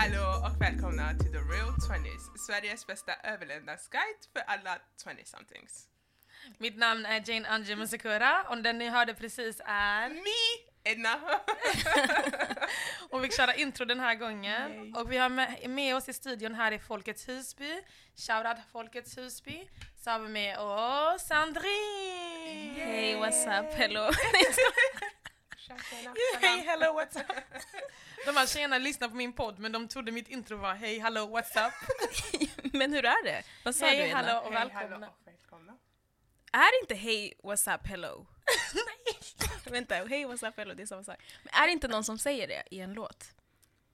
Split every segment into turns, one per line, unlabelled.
hallå och välkomna till The Real 20s, Sveriges bästa överlevnadsguide för alla 20-somethings.
Mitt namn är Jane Angie Musikura och den ni hörde precis är...
Me, Edna.
Och vi köra intro den här gången.
Nej.
Och vi har med, med oss i studion här i Folkets Husby. Shoutout Folkets Husby. Så har vi med oss Sandrine!
Hey, what's up? Hello.
Hey, hello, what's up? De här tjejerna lyssnar på min podd men de trodde mitt intro var hej, hallå, what's up?
Men hur är det? Vad sa du
Hej,
Edna?
hallå och
Hej, hallå
välkomna.
och välkomna.
Är det inte hej, what's up, hello?
Nej.
Vänta, hej, what's up, hello, det är samma sak. Men är det inte någon som säger det i en låt?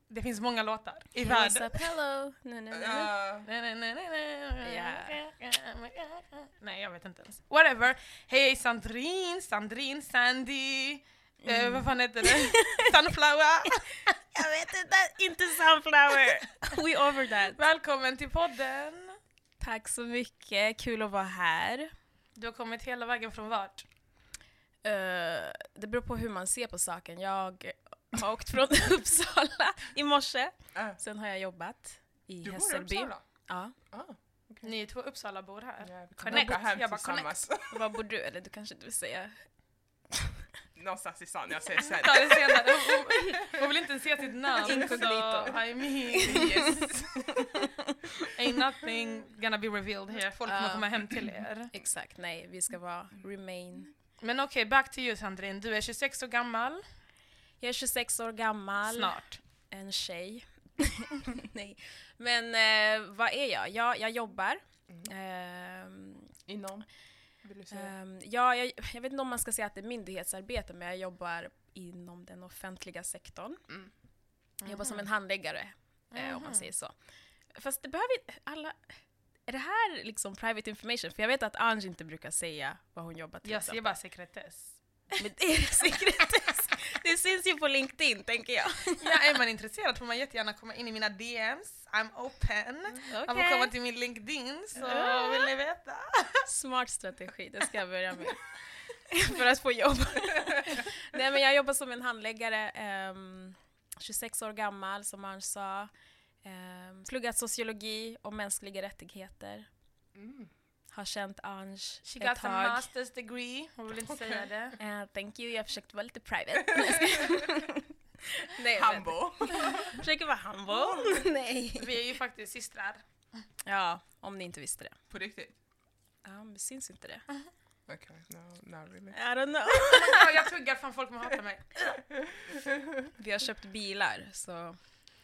Det finns många låtar i
Hey,
världen.
what's up, hello? Nej, nej, nej.
Uh,
Nej, nej, nej, nej, nej.
Ja.
Nej, jag vet inte ens. Whatever. Hej Sandrine, Sandrine, Sandy. Eh,
Mm.
vad fan heter det? Sunflower.
Jag vet inte, inte sunflower! We over that.
Välkommen till podden.
Tack så mycket, kul att vara här.
Du har kommit hela vägen från vart?
Eh, det beror på hur man ser på saken. Jag har åkt från Uppsala i morse,
uh,
sen har jag jobbat i
du bor i
Hässelby.
Uppsala?
Ja.
Ah,
Ni är två Uppsalabor här.
ja, vi kan
Connect.
åka hem
Jag bara,
tillsammans.
Var bor du? Eller du kanske inte vill säga?
Någonstans i stan, jag säger sen.
Ta det senare. Hon- hon- Hon vill inte ens se sitt namn. Så,
Inkognito.
I mean,
Yes.
ain't nothing gonna be revealed here. Folk kommer
Ja.
komma hem till er.
Exakt, nej, vi ska vara remain.
Men okej, back to you Sandrine. Du är 26 år gammal.
Jag är 26 år gammal,
Snart.
en tjej. nej. Men eh, vad är jag? Jag, jag jobbar.
Mm.
Ehm,
Inom, vill du
Eh,
säga?
ehm, ja, jag, jag vet inte om man ska säga att det är myndighetsarbete, men jag jobbar inom den offentliga sektorn.
Mm.
Jag jobbar som en handläggare, eh, om
Mhm.
man säger så. Fast det behöver inte alla... Är det här liksom private information? För jag vet att Ange inte brukar säga vad hon jobbar till.
Jag
exempel.
ser bara sekretess.
Men det är sekretess. Det syns ju på LinkedIn, tänker jag.
Ja, är man intresserad får man jättegärna komma in i mina DMs. I'm open. Man får komma till min LinkedIn så vill ni veta.
Smart strategi, det ska jag börja med. För att få jobb. Nej, men jag jobbar som en handläggare, ehm, 26 år gammal som Ange sa. Um, pluggat sociologi och mänskliga rättigheter.
Mm.
Har känt Ange
She
ett
got a
tag.
master's degree. Hon vill inte säga det.
Eh, thank you, jag försökte vara lite private. Nej, jag vet.
Hambo.
Försöker vara humble. Nej.
Vi är ju faktiskt systrar.
Ja, om ni inte visste det.
På riktigt?
Ja, men syns inte det?
Okej, no, not really.
I don't know.
Ja, Oh jag tuggar fan folk kommer hata mig.
Vi har köpt bilar, så...
Jo,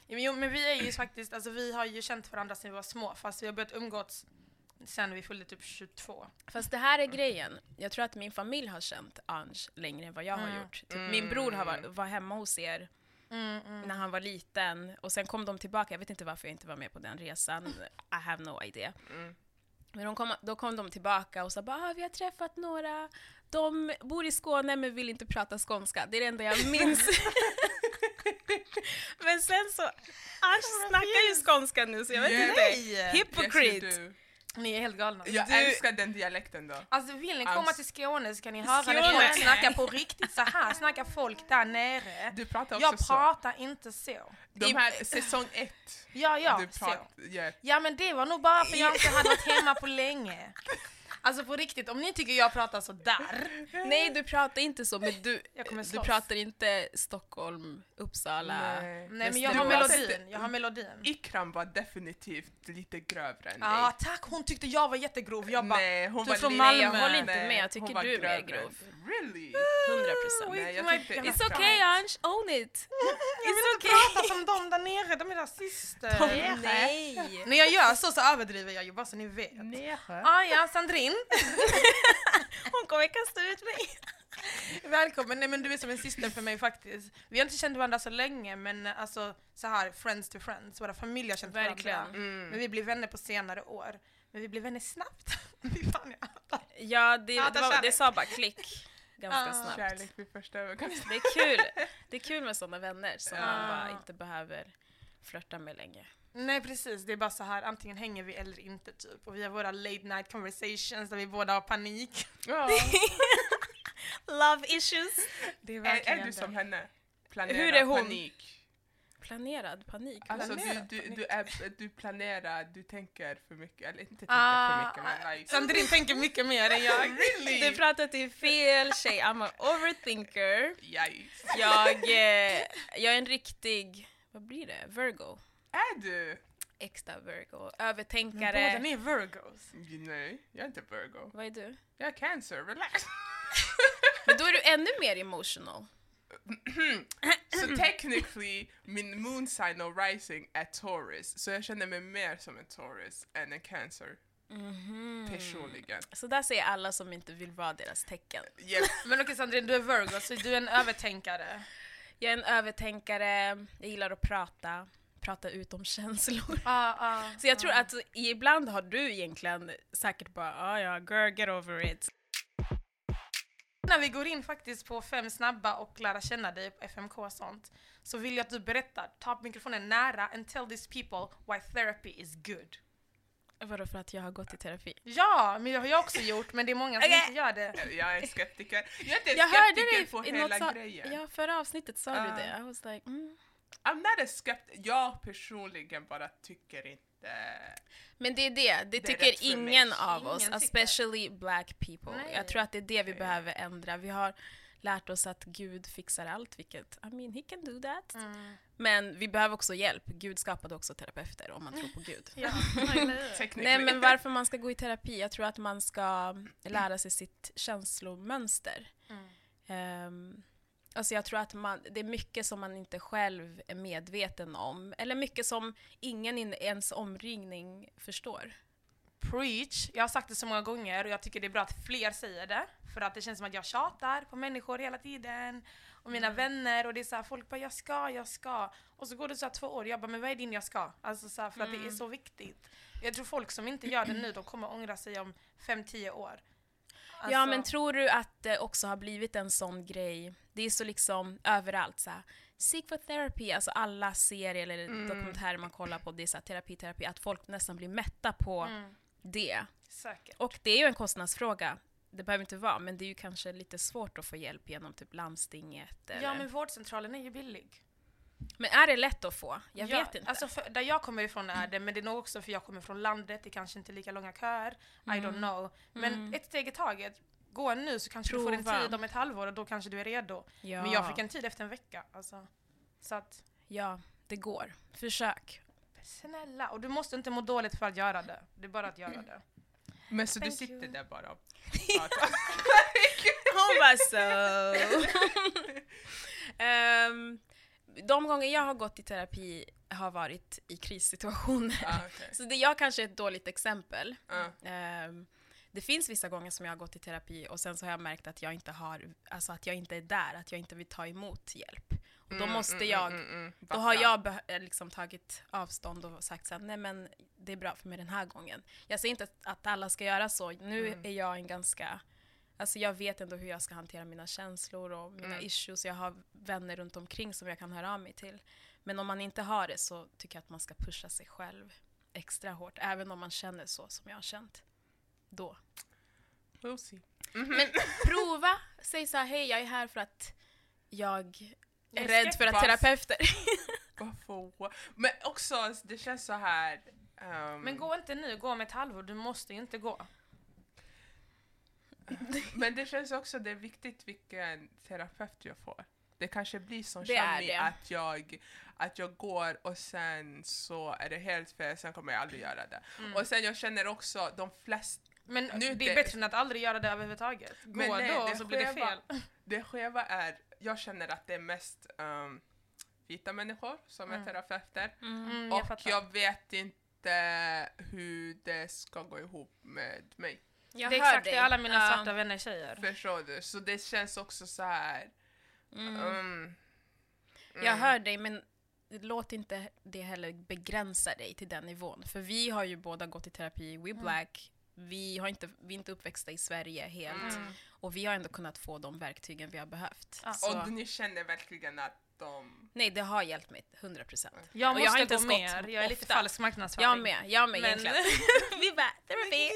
men- jo, men vi är ju faktiskt, alltså vi har ju känt varandra sedan vi var små fast vi har börjat umgås sen vi fyllde typ 22.
Fast det här är grejen. Jag tror att min familj har känt Ange längre än vad jag
Mm.
har gjort. Typ, Min bror har var, var hemma hos er
Mm, mm.
när han var liten och sen kom de tillbaka. Jag vet inte varför jag inte var med på den resan. I have no idea.
Mm.
Men de kom, då kom de tillbaka och sa bara ah, vi har träffat några. De bor i Skåne men vill inte prata skånska. Det är det enda jag minns. men sen så, Ange snackar ju skånska nu så jag vet
Yeah.
inte.
Nej!
Yes,
Hypocrite!
you do.
Ni är helt galna.
Jag
Du-
älskar den dialekten då.
Alltså vill ni komma till Skåne så kan ni höra när
Skåne.
folk snackar på riktigt så här. snackar folk där nere.
Du pratar också
Jag
så.
pratar inte så.
De här, säsong ett.
Ja, ja,
du
så.
pratar, ja,
Ja, men det var nog bara för jag inte hade varit hemma på länge. Alltså på riktigt, om ni tycker jag pratar så där.
Nej, du pratar inte så, men du,
Jag kommer
du
slåss.
pratar inte Stockholm, Uppsala.
Nej, men
Det
jag har
var-
melodin. Jag har melodin.
Ikram var definitivt lite grövre än
Ja, ah,
dig.
tack. Hon tyckte jag var jättegrov. Jag bara,
nej, hon
du
var
är från
lite-
Malmö.
Nej, jag håller inte
Nej,
med. Jag
hon
tycker
var
du är mer
grövre.
grov.
Really?
100 procent.
Nej, jag
my
tyckte
God.
Ikram-
It's okay Ange, own it!
jag vill inte prata alltså, som de där nere. De är rasister.
Nej!
När jag gör så så överdriver jag ju bara så ni vet. Ah, ja, Sandrine.
Hon kommer kasta ut mig.
Välkommen. Nej, men du är som en syster för mig faktiskt. Vi har inte känt varandra så länge men alltså så här friends to friends. Våra familjer har känt
Verkligen.
varandra. Mm.
Mm.
Men vi blev vänner på senare år. Men vi blev vänner snabbt. Fy fan, jag hatar.
Ja, det,
Ja,
det,
där
var,
kör vi.
det sa bara klick ganska
Ah.
snabbt.
Kärlek vid första ögonkastet.
Det är kul. Det är kul med sådana vänner som
Ah.
man bara inte behöver flörta med länge.
Nej precis, det är bara så här antingen hänger vi eller inte typ. Och vi har våra late night conversations där vi båda har panik.
Ja.
Love issues!
Det är
Är,
verkligen
är du som henne? Planera
Hur är hon?
panik.
Planerad panik?
Ah,
Alltså du,
Planerat
du,
panik.
du, är, du planerar, du tänker för mycket, eller inte tänker
Ah,
för mycket men like...
Sandrine tänker mycket mer än jag.
really?
Du pratar till fel tjej, I'm a overthinker.
Yikes.
Jag, eh, jag är en riktig, vad blir det, virgo?
Är du?
Extra virgo,
Men Båda
övertänkare.
ni är virgos.
Nej, jag är inte virgo.
Vad är du?
Jag är cancer, relax.
Men då är du ännu mer emotional.
Så technically, min moon sign och rising är Taurus, så jag känner mig mer som en Taurus än en cancer,
Mhm.
personligen.
Så där säger alla som inte vill vara deras tecken.
Yep.
Men okej Sandrine, du är virgo så du är en övertänkare.
Jag är en övertänkare, jag gillar att prata, prata ut om känslor.
Ah, ah,
Så jag tror att ibland har du egentligen säkert bara ah, ja, girl get over it.
När vi går in faktiskt på fem snabba och lära känna dig på FMK och sånt så vill jag att du berättar, ta mikrofonen nära and tell these people why therapy is good.
Vadå för att jag har gått i terapi?
Ja, men det har jag också gjort men det är många som
Okej.
inte gör det.
Jag är skeptiker. Jag är inte en
Jag hörde
skeptiker
dig
på
i
hela
något sa-
grejen.
Ja, förra avsnittet sa
Ah.
du det. I was like, mm.
I'm not a skeptic. Jag personligen bara tycker inte...
Men det är det, det
är
tycker
rätt för mig.
ingen av
Ingen
oss,
tycker.
especially black people.
Nej.
Jag tror att det är det vi
Nej.
behöver ändra. Vi har lärt oss att Gud fixar allt, vilket, I mean, he can do that.
Mm.
Men vi behöver också hjälp. Gud skapade också terapeuter om man tror på Gud.
Ja,
Technically.
Nej men varför man ska gå i terapi, jag tror att man ska lära sig sitt känslomönster.
Mm.
Ehm, alltså jag tror att man, det är mycket som man inte själv är medveten om, eller mycket som ingen i ens omringning förstår.
Preach, jag har sagt det så många gånger och jag tycker det är bra att fler säger det. För att det känns som att jag tjatar på människor hela tiden. Och mina
Mm.
vänner och det är så här, folk bara jag ska, jag ska. Och så går det så här två år jag bara men vad är din jag ska? Alltså så här, för att det är
Mm.
så viktigt. Jag tror folk som inte gör det nu de kommer ångra sig om 5-10 år. Alltså,
Ja men tror du att det också har blivit en sån grej, det är så liksom överallt så här, Seek for therapy, alltså alla serier eller
Mm.
dokumentärer man kollar på, det är så här, terapi, terapi, att folk nästan blir mätta på
Mm.
det.
säkert.
Och det är ju en kostnadsfråga. Det behöver inte vara, men det är ju kanske lite svårt att få hjälp genom typ landstinget. Eller...
Ja men
men...
vårdcentralen är ju billig.
är det lätt att få? Jag
Ja,
vet inte.
Alltså för, där jag kommer ifrån är det, men det är nog också för jag kommer från landet, det kanske inte är lika långa köer. I don't know. Men ett steg i taget. Gå nu så kanske du får
Prova.
en tid om ett halvår och då kanske du är redo.
ja.
Men jag fick en tid efter en vecka. Alltså. Så att,
ja, det går. Försök.
snälla. Och du måste inte må dåligt för att göra det. Det är bara att göra det.
Men så du
Thank
sitter
you.
där bara och pratar.
Hon bara så. Ehm, de gånger jag har gått i terapi har varit i krissituationer.
ah, okay.
Så det jag kanske är ett dåligt exempel.
Ah.
Ehm, det finns vissa gånger som jag har gått i terapi och sen så har jag märkt att jag inte har, alltså att jag inte är där, att jag inte vill ta emot hjälp. Och då måste jag, då har jag beh- eh, liksom tagit avstånd och sagt såhär, nej men det är bra för mig den här gången. Jag säger inte att- att alla ska göra så, nu är jag en ganska, alltså jag vet ändå hur jag ska hantera mina känslor och mina issues, jag har vänner runt omkring som jag kan höra av mig till. Men om man inte har det så tycker jag att man ska pusha sig själv extra hårt, även om man känner så som jag har känt. Då.
We'll see.
Men prova, säg så här, hej jag är här för att jag
Jag
är
är
rädd för att
skeptisk."
terapeuter...
Varför? wa- Men också, det känns så här... ehm,
Men gå inte nu, gå om ett halvår. Du måste ju inte gå.
men det känns också det är viktigt vilken terapeut jag får. Det kanske blir som
Det är
Shami
det.
att jag, att jag går och sen så är det helt fel, sen kommer jag aldrig göra det. Och sen jag känner också de flesta
Men
Nu
det är
det-
bättre än att aldrig göra det överhuvudtaget. Gå
Men nej,
då
det
och så blir det
skeva-
fel.
Det skeva är, jag känner att det är mest ehm, vita människor som är terapeuter.
Mm,
och
jag fattar.
jag vet inte hur det ska gå ihop med mig.
Jag
det är
hör
exakt
dig.
det alla mina
Ja.
svarta vänner säger.
Förstår du? Så det känns också så här. mm,
Jag hör dig, men låt inte det heller begränsa dig till den nivån. För vi har ju båda gått i terapi, we black, vi, har inte, vi är inte uppväxta i Sverige helt. Och vi har ändå kunnat få de verktygen vi har behövt.
Ja.
Så,
Och ni känner verkligen att de...
nej, det har hjälpt mig, 100 procent.
Jag
Och
måste
jag har inte
gå
ens gått
mer. Jag är lite
ofta.
falsk marknadsföring.
Jag med, jag med
Men-
egentligen. vi bara, terapi!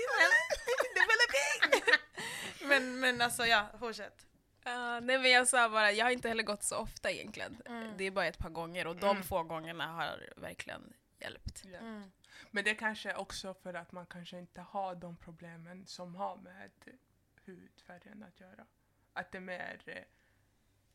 men, men alltså ja, fortsätt.
Ja, nej men jag sa bara, jag har inte heller gått så ofta egentligen.
Mm.
Det är bara ett par gånger och de
Mm.
få gångerna har verkligen hjälpt.
Mm.
Men det kanske är också för att man kanske inte har de problemen som har med hudfärgen att göra. Att det är mer eh,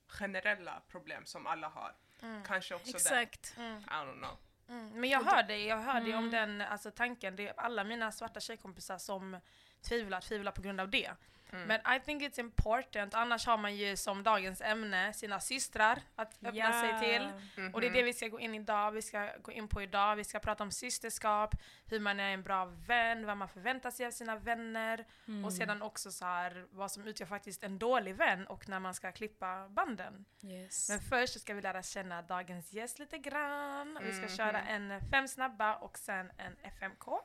generella problem som alla har.
Mm.
Kanske också
Exakt.
Mm.
det. I don't know.
Mm, men jag hörde, jag hörde
Mm.
ju om den alltså, tanken, det är alla mina svarta tjejkompisar som tvivlar, tvivlar på grund av det.
Mm.
Men I think it's important, annars har man ju som dagens ämne sina systrar att öppna sig till. Och det är det vi ska gå in idag, vi ska gå in på idag, vi ska prata om systerskap, hur man är en bra vän, vad man förväntar sig av sina vänner och sedan också så här, vad som utgör faktiskt en dålig vän och när man ska klippa banden.
Yes.
Men först så ska vi lära känna dagens gäst lite grann. Vi ska
Mhm.
köra en fem snabba och sen en FMK.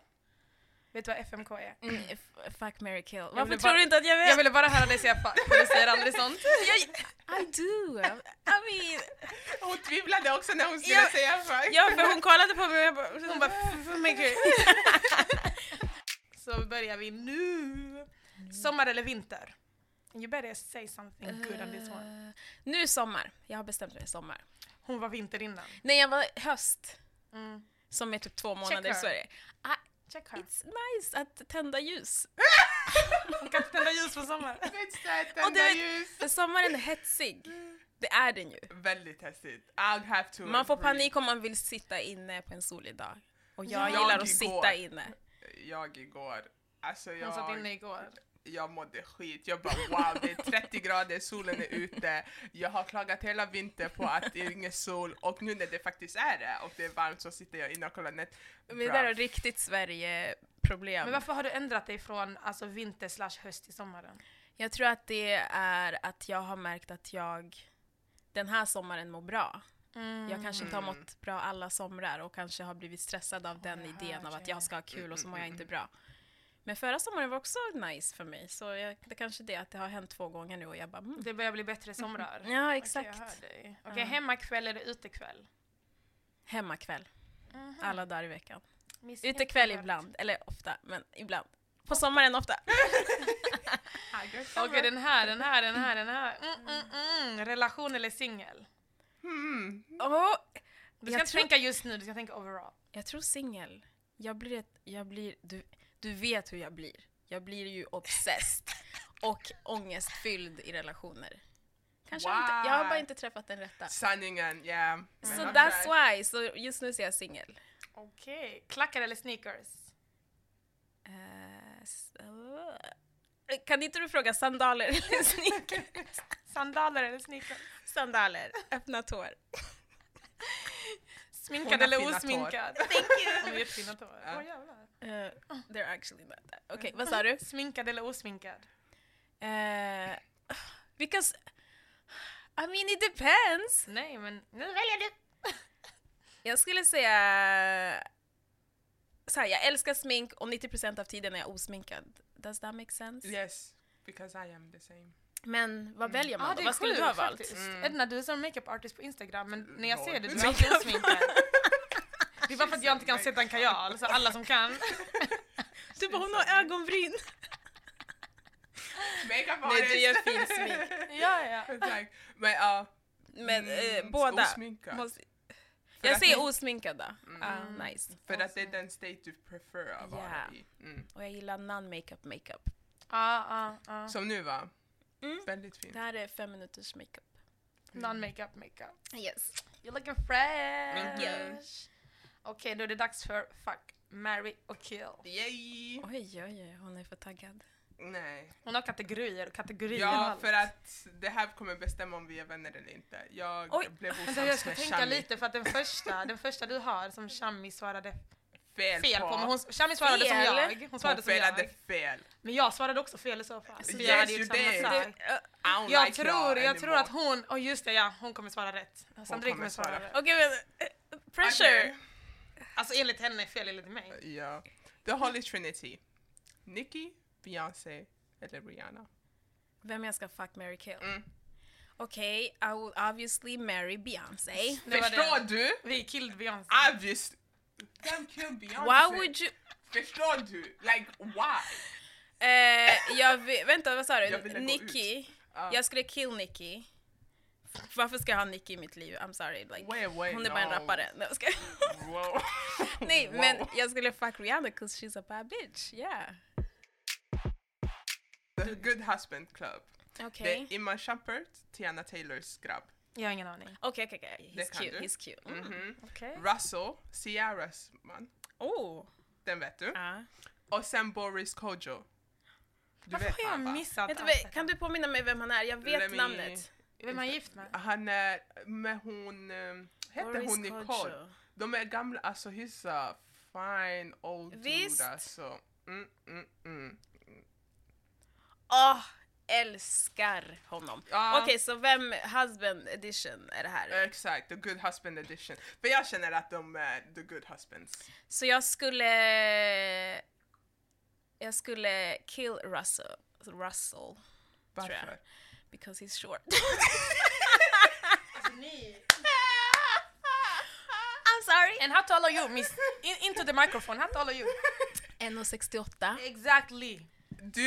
Vet du vad FMK är?
Mm, f- fuck, marry, kill.
ville
Varför
bara-
tror du inte att jag vet?
Jag ville bara höra dig säga fuck, för du säger aldrig sånt.
I do! I mean...
Hon tvivlade också när hon skulle
Ja.
säga fuck.
Ja, för hon kollade på mig och jag bara, hon bara "F- f- men gud.
Så börjar vi nu. Sommar eller vinter? You better say something good on this one.
Eh, Nu sommar. Jag har bestämt mig sommar.
Hon var vinter innan.
Nej, jag var höst.
Mm.
Som är typ två månader
her.
i Sverige. Ah,
Check her.
it's nice att tända ljus.
Hon kan inte tända ljus på sommaren.
Finns det ett
Och
enda
du vet-
ljus?
För sommaren är hetsig. Det är den ju.
Väldigt häftigt. I'll have to
Man får
agree.
panik om man vill sitta inne på en solig dag. Och jag
Ja.
gillar
Jag
att
igår.
sitta inne.
Jag igår, alltså
Hon satt
jag,
inne igår.
jag mådde skit. Jag bara wow, det är 30 grader, solen är ute. Jag har klagat hela vintern på att det är ingen sol och nu när det faktiskt är det och det är varmt så sitter jag inne och kollar net.
Men det
Bra.
där är riktigt Sverige-problem.
Men varför har du ändrat dig från alltså, vinter slash höst till sommaren?
Jag tror att det är att jag har märkt att jag den här sommaren mår bra. Jag kanske inte har mått bra alla somrar och kanske har blivit stressad av den
Mm. jag Mm,
idén av
hörde.
att jag ska ha kul och så mår jag inte bra. Men förra sommaren var också nice för mig, så jag, det kanske är det att det har hänt två gånger nu och jag bara mm.
Det börjar bli bättre somrar.
Ja,
Okej, jag hör
exakt.
dig. Okej,
Ja.
hemmakväll eller utekväll?
Hemmakväll,
Mhm.
alla dagar i veckan.
Miss
Utekväll
Introvert.
ibland, eller ofta, men ibland. På sommaren ofta.
Ah, Okej, den här, den här, den här, den här. Mm, mm, mm. Relation eller singel?
Hmm.
Åh,
Du ska
jag,
inte
tror,
tänka just nu, du ska tänka overall.
jag tror singel. Jag blir, ett, jag blir du, du vet hur jag blir. Jag blir ju obsessed och ångestfylld i relationer. Kanske har inte, jag har bara
Wow.
inte träffat den rätta.
Sanningen, yeah. Men
Så
man
that's
kan-
why, så just nu ser jag singel.
Okej. Klackar eller sneakers?
Eh, s- åh. kan inte du fråga sandaler eller sneaker?
Sandaler eller sneakers?
Sandaler, öppna tår.
Hon
Sminkad
har
eller
fina tår.
osminkad? Thank you! Hon har jättefina tår.
Ja.
Åh, jävlar.
Eh, they're actually not that. Okej, vad sa du?
Sminkad eller osminkad?
Uh, because, I mean it depends.
Nej, men nu väljer du!
Jag skulle säga... Så här, jag älskar smink och 90% av tiden är jag osminkad. Does that make sense?
Yes, because I am the same.
Men vad väljer man
Ah,
då?
det är
Vad skulle du
sjukt
ha valt?
faktiskt.
Mm.
Edna, du är som makeup artist på Instagram, men när jag
Ja.
ser dig, du är alltid osminkad. Det är bara för att jag inte kan
Makeup.
sätta en kajal, så alla som kan.
Du bara, hon har ögonbryn.
Makeup
Nej, du gör
artist.
fin smink.
Ja, ja.
Tack. Men ja.
Men eh,
mm,
båda.
osminkad.
Måste,
För
jag
att
säger
ni-
osminkad då.
Mm.
Ah, nice.
För att det är den state du prefer att vara
Yeah.
i. Mm.
Och jag gillar non-makeup makeup.
Ah, ah, ah.
Som nu va?
Mm.
Väldigt fint.
Det här är fem minuters makeup.
Non-makeup makeup.
Yes.
You're looking fresh!
Eh,
Thank you.
Okej, då är det dags för Fuck, Marry och Kill.
Yay!
Oj, oj, oj, hon är för taggad.
Nej.
Hon har kategorier och kategorier och
Ja,
allt.
för att det här kommer bestämma om vi är vänner eller inte. Jag
Oj,
blev osams
Vänta, alltså, jag ska
med
tänka
Shami.
lite för att den första, den första du har som Shami svarade
fel,
fel på, men hon, Shami svarade som
Fel?
jag. Hon svarade
hon
som
spelade
jag.
fel.
Men jag svarade också fel i så fall. Så
Yes,
vi hade ju
you
samma
did.
sak.
Du, eh,
I don't
Jag
like
tror,
y'all
jag tror att
anymore.
hon, åh just det ja, hon kommer svara rätt. Sandrine kommer
kommer
svara
svara.
rätt.
Okej, men eh, pressure.
Alltså enligt henne, fel enligt mig.
Okej. Ja. The Holy Trinity. Nicki, Beyoncé eller Rihanna.
Vem jag ska fuck, marry, kill?
Mm.
Okej, I will obviously marry Beyoncé.
Det var
Förstår
det.
du?
Vi killed Beyoncé.
Ah. Obviously. Vem kan Beyoncé?
Why would you...
Förstår du? Like why?
Eh, jag vi, vänta, vad sa
Jag
du?
ville gå
Nicki?
Ja.
Jag skulle kill Nicki. F- Varför ska jag ha Nicki i mitt liv? I'm sorry. Like,
Wait, wait,
hon är bara en
no.
rappare. Nej, jag skojar.
Wow.
Nej,
Wow.
men jag skulle fuck Rihanna 'cause she's a bad bitch. Yeah.
The Good Husband Club. Det
Okej.
är Iman Shumpert, Tiana Taylors grabb.
Jag har ingen aning.
Okej, okej, okej.
Det
He's
kan
cute,
du.
he's cute. Mm.
Mhm.
Okej.
Russell, Ciaras man.
Oh!
Den vet du.
Ja.
Och sen Boris Kodjo. Du
Varför har jag
han, va?
missat
Vet du,
allt
vad, kan du påminna mig vem han är? Jag vet
Let me-
namnet.
Vem är gift med?
Han är med hon... eh, Hette
Boris
hon Nicole?
Kodjo.
De är gamla, alltså he's a fine old
Visst.
dude alltså. Mm, mm, mm.
Åh, älskar honom.
Ja. Eh,
Okej, så vem, husband edition är det här?
Exakt, the good husband edition. För jag känner att de är the good husbands.
Så jag skulle... Jag skulle kill Russell. Russell.
Varför?
Because he's short.
Alltså,
I'm sorry!
And how tall are you miss? In, into the microphone, how tall are you?
1,68.
Exactly.
Du,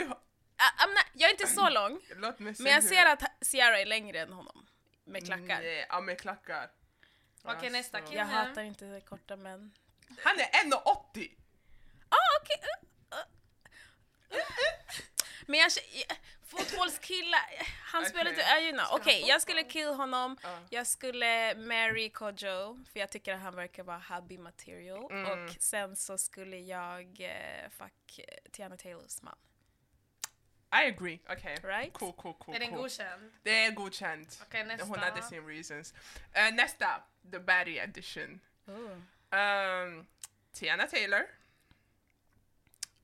I- I'm not, jag är inte så lång,
låt mig se
men jag
hur-
ser att Ciara är längre än honom. Med klackar.
Nej, ja med klackar.
Okej, nästa
Alltså.
kille.
Jag hatar inte korta män.
Han är 1,80!
Ah, okej. Uh, uh, uh, uh. Men jag jag- Fotbollskillar, han
Okej.
spelar lite, uh, you know. Okej, jag skulle kill honom.
Ja.
Jag skulle marry Kojo, för jag tycker att han verkar vara hubby material.
Mm.
Och sen så skulle jag eh, fuck eh, Tiana Taylors man.
I agree, okej.
Right?
Cool, cool, cool.
Är den
cool.
godkänd?
Det är godkänt.
Okej, nästa.
Hon hade sin reasons. Eh, nästa, the baddie edition. Um, Tiana Taylor.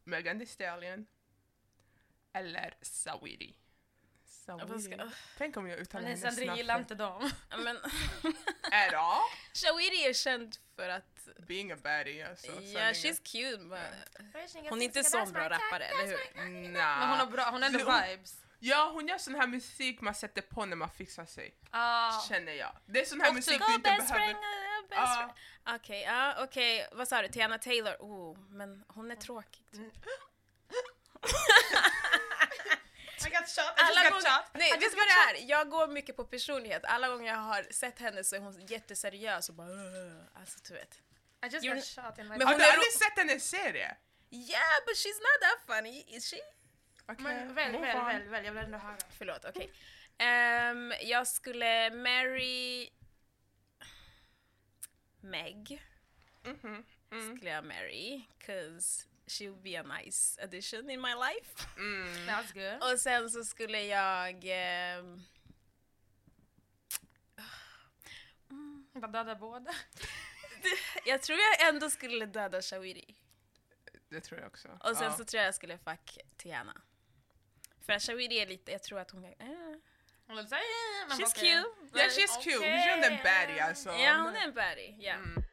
Megan Thee Stallion. Eller Sawiri.
Vad ska-
Sawiri. Tänk om jag uttalar
Men
hennes
Sandrine
namn
gillar
fel.
inte dem.
Ja, Men
At all?
Shawiri är känd för att,
Being a baddie alltså.
ja,
sanningen.
she's cute men hon är inte så bra rappare, eller hur?
Nah.
Men hon har bra, hon har ändå
Så hon-
vibes.
Ja, hon gör sån här musik man sätter på när man fixar sig.
Ah.
Känner jag. Det är sån här
Och
musik
typ,
du
"Oh,
inte
best
behöver...
friend, oh, best
Ja.
friend." Okej, ja, okej. Vad sa du? Tiana Taylor? Oh, men hon är tråkig.
I got shot,
Alla gånger, nej, vet du vad det är? Jag går mycket på personlighet. Alla gånger jag har sett henne så är hon jätteseriös och bara... "Ugh." Alltså, du vet.
I just
You're-
got shot in my...
Men
Har
hon
du
är
aldrig sett hennes serie?
Yeah, but she's not that funny, is she?
Okej,
Men väl,
move
väl,
on.
väl, väl, jag vill ändå höra.
Förlåt, okej. Ehm, jag skulle marry... Meg. Mm-hmm,
Mhm, mm.
Skulle jag marry, cause she would be a nice addition in my life.
Mm.
That's good.
Och sen så skulle jag... ehm,
Hon bara dödar båda.
jag tror jag ändå skulle döda Shawiri.
Det tror jag också.
Och sen
Ja.
så tror jag jag skulle fuck Tiana. För att Shawiri är lite, jag tror att hon... Är, eh,
Hon låter såhär... man bara,
she's
okej.
cute.
Ja, she's cute. Hon är en baddie alltså.
Ja, hon är en baddie. ja.
Mm.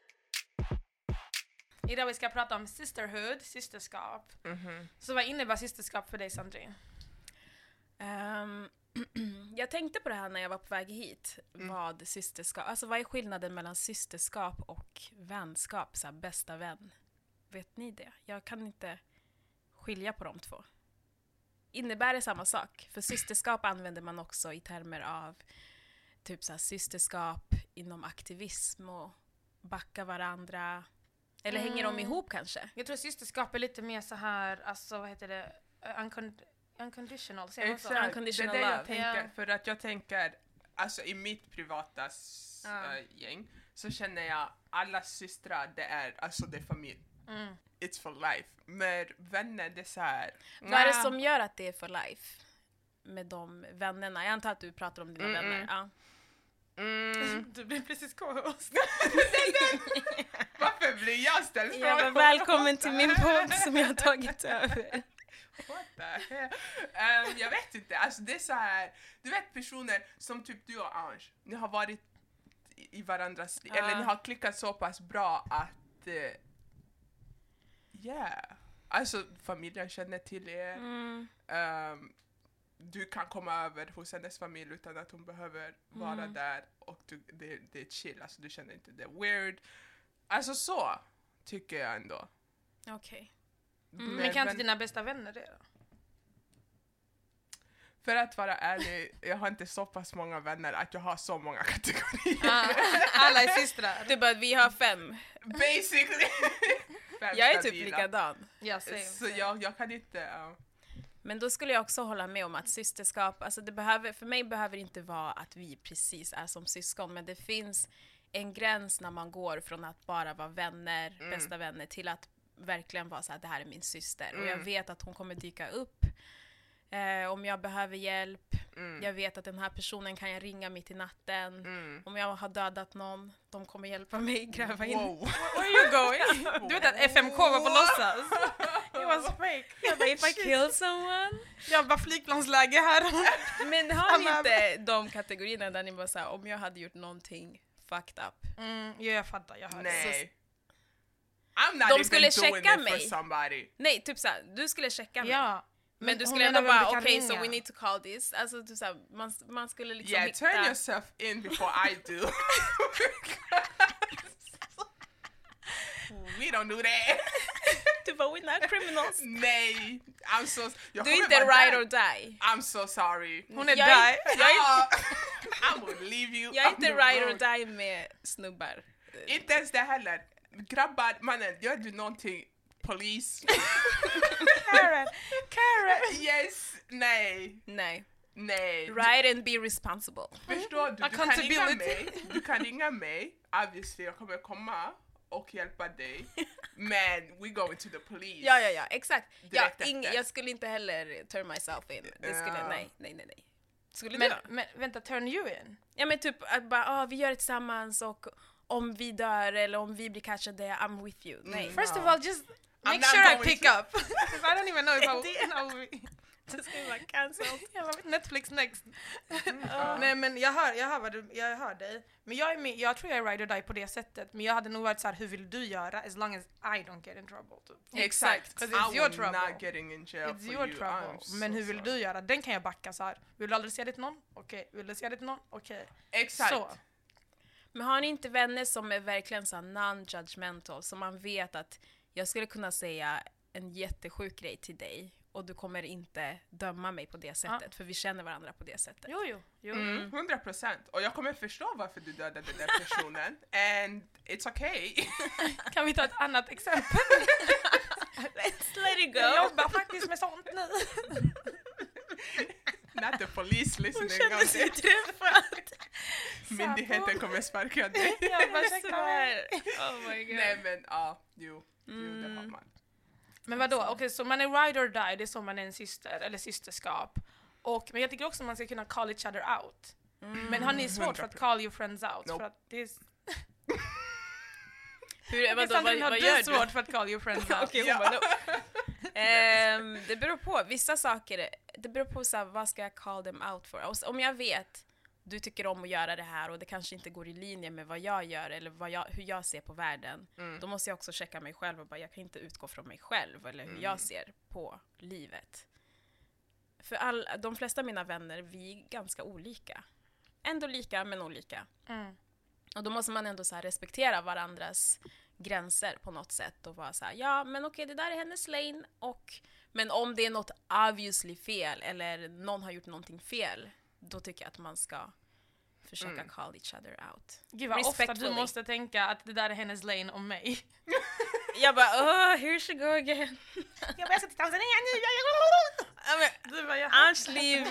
Idag vi ska prata om sisterhood, systerskap.
Mhm.
Så vad innebär systerskap för dig Sandrine?
Ehm, jag tänkte på det här när jag var på väg hit. Vad systerskap, alltså vad är skillnaden mellan systerskap och vänskap? Så här, bästa vän. Vet ni det? Jag kan inte skilja på de två. Innebär det samma sak? För systerskap använder man också i termer av typ så här, systerskap inom aktivism och backa varandra. Eller hänger de ihop kanske?
Jag tror systerskap är lite mer så här, alltså vad heter det, Uh, uncon- unconditional, säger man så?
Exakt.
Unconditional
det är det jag
love.
tänker.
Ja.
För att jag tänker, alltså i mitt privata s-
Ja.
äh, gäng så känner jag alla systrar, det är alltså det är familj.
Mm.
It's for life. Men vänner, det är så här.
Vad är det
nja.
som gör att det är for life? Med de vännerna? Jag antar att du pratar om dina
Mm,
vänner.
mm.
Ja.
Mm.
Du blir precis co-host.
Varför blir jag ställd
Ja, men välkommen till min podd som jag har tagit över.
What the hell? Ehm, jag vet inte, alltså det är så här. Du vet personer som typ du och Ange, ni har varit i i varandras liv, eller
Ah.
ni har klickat så pass bra att... eh, yeah. Alltså familjen känner till er.
Mm.
Ehm, du kan komma över hos hennes familj utan att hon behöver vara där och du, det, det är chill, alltså du känner inte det weird. Alltså så tycker jag ändå.
Okej.
Mm. Men kan inte dina bästa vänner det då?
För att vara ärlig, jag har inte så pass många vänner att jag har så många kategorier.
Ah, alla är systrar.
Du bara, vi har fem.
Basically! Vem
Jag är
ska
typ
dela?
likadan.
Ja, same,
Så
same.
jag, jag kan inte... ja.
Men då skulle jag också hålla med om att systerskap, alltså det behöver, för mig behöver det inte vara att vi precis är som syskon, men det finns en gräns när man går från att bara vara vänner,
Mm.
bästa vänner, till att verkligen vara så här, det här är min syster. Och
Mm.
jag vet att hon kommer dyka upp eh, om jag behöver hjälp.
Mm.
Jag vet att den här personen kan jag ringa mitt i natten. Om jag har dödat någon, de kommer hjälpa mig gräva in.
Wow!
Where are you going? Du vet att FMK var på låtsas? It was fake.
Jag bara, if I kill someone.
Jag bara flygplansläge här.
Men har ni inte de kategorierna där ni bara såhär, om jag hade gjort någonting fucked up.
Mm, ja, jag fattar. Jag hör dig.
Nej. I'm not
De
even
skulle
doing
checka
it
mig.
for somebody.
Nej, typ såhär, du skulle checka mig.
Ja.
Men, du
hon
skulle ändå
menar vem
bara,
vi
okej
kan
okay, so
ringa.
we need to call this. Alltså typ såhär, man, man skulle liksom
Yeah,
hitta...
turn yourself in before I do. We don't do that.
Du bara, we're not criminals.
Nej, I'm so... Jag
Du är
kommer
inte
vara
ride
där.
or die.
I'm so sorry.
Hon är
Jag
där.
Jag är-
Ja, I will leave you.
Jag är
on
inte
the
ride or
road.
die med snubbar.
Inte ens det heller. Grabbar, mannen, gör du någonting, polis.
Karen. Karen.
yes, nej,
Nej.
nej.
Ride and be responsible.
Förstår du? Du kan ringa
Accountability.
mig, du kan ringa mig, obviously jag kommer komma och hjälpa dig. Men we going to the police.
Ja, ja, ja, exakt. Ja,
Direkt
ing,
efter.
jag skulle inte heller turn myself in. Det skulle,
Ja.
nej, nej, nej, nej. Skulle
Men,
du?
men vänta, turn you in?
Ja men typ att bara, ah, vi gör det tillsammans och om vi dör eller om vi blir catchade, I'm with you. Nej.
Mm.
First of all, just make
not
sure I
going
pick
to-
up. 'Cause I don't even know if I
Det-
know.
Det skulle vara cancelled.
Jävla Netflix next. Mm.
ja.
Nej men jag hör, jag hör, vad du, jag hör dig. Men jag, är med, jag tror jag är ride or die på det sättet. Men jag hade nog varit så här, hur vill du göra? As long as I don't get in trouble. Typ.
Exakt.
'Cause
I
it's your
will
trouble.
not getting in jail
It's
for
your
you.
trouble.
I'm so
men hur vill
sorry.
du göra? Den kan jag backa så här. Vill du aldrig säga det till någon? Okej. Vill du säga det till någon? Okej.
Exakt.
Så.
Men har ni inte vänner som är verkligen så här non-judgmental, som man vet att jag skulle kunna säga en jättesjuk grej till dig och du kommer inte döma mig på det sättet, för vi känner varandra på det sättet.
Jo, jo. jo.
Mm, 100 procent. Och jag kommer förstå varför du dödade den personen. And it's okay.
Kan vi ta ett annat exempel?
Let's let it
Jag jobbar faktiskt med sånt nu.
Not the police
Hon
listening
känner
out
sig
there.
träffad.
Myndigheten kommer sparka dig.
Jag bara,
Så
ursäkta mig.
här. Oh my god.
Nej men ja, jo. Jo, det har man.
Men vadå, okej så man är ride or die, det är så man är en syster, eller systerskap. Och, men jag tycker också att man ska kunna call each other out. Men har ni svårt för att call your friends out?
Nope.
För att det är,
Hur, vadå, vad,
Sandrine,
vad,
har
gör
du
du?
svårt för att call your friends out?
Okej, hon bara no. Ehm, det beror på. Vissa saker, det beror på så här, vad ska jag call them out för? Och s- Om jag vet, du tycker om att göra det här och det kanske inte går i linje med vad jag gör eller vad jag, hur jag ser på världen. Då måste jag också checka mig själv och bara, jag kan inte utgå från mig själv eller hur jag ser på livet. För all, de flesta av mina vänner, vi är ganska olika. Ändå lika, men olika.
Mm.
Och då måste man ändå så här respektera varandras gränser på något sätt och vara så här, ja men okej det där är hennes lane och men om det är något obviously fel eller någon har gjort någonting fel, då tycker jag att man ska försöka
Mm.
call each other out.
Gud vad ofta du
Respectfully.
måste tänka att det där är hennes lane om mig.
Jag bara, oh, here she go again.
Jag bara, ska till Tanzania nu!
Ja, men,
Du bara, jag,
Ange liv,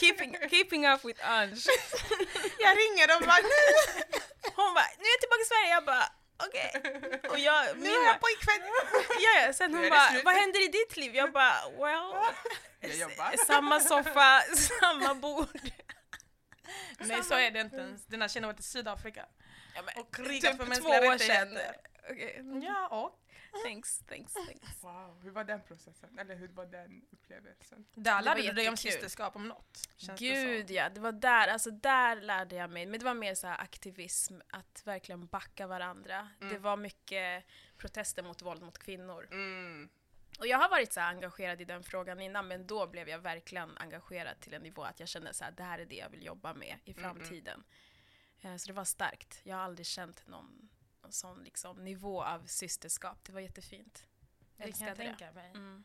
keeping, keeping up with Ange.
jag ringer och bara, nu,
Hon bara, nu är jag tillbaka i Sverige. Jag bara, okej. Och jag,
nu
min
är
bara,
jag pojkvän!
ja, ja. Sen
Nu
hon
är det
bara,
slut.
vad händer i ditt liv? Jag bara, well.
Jag jobbar.
Samma soffa, samma bord.
Nej så är det inte ens, dina tjejer har varit i Sydafrika.
Ja, men, typ
Och krigat för mänskliga rättigheter.
Okej, mm.
Ja, och?
thanks, thanks, thanks.
Wow, hur var den processen? Eller hur var den upplevelsen?
Där lärde du
var
dig om
jättekul.
systerskap om något. känns det som.
Gud ja, det var där, alltså där lärde jag mig. Men det var mer så här aktivism, att verkligen backa varandra.
Mm.
Det var mycket protester mot våld mot kvinnor.
Mm.
Och jag har varit så här engagerad i den frågan innan, men då blev jag verkligen engagerad till en nivå att jag kände så här, det här är det jag vill jobba med i
Mm,
framtiden. Eh, Så det var starkt. Jag har aldrig känt någon, någon sån liksom, nivå av systerskap. Det var jättefint.
Det kan
älskade
jag
det.
tänka mig.
Mm. Händer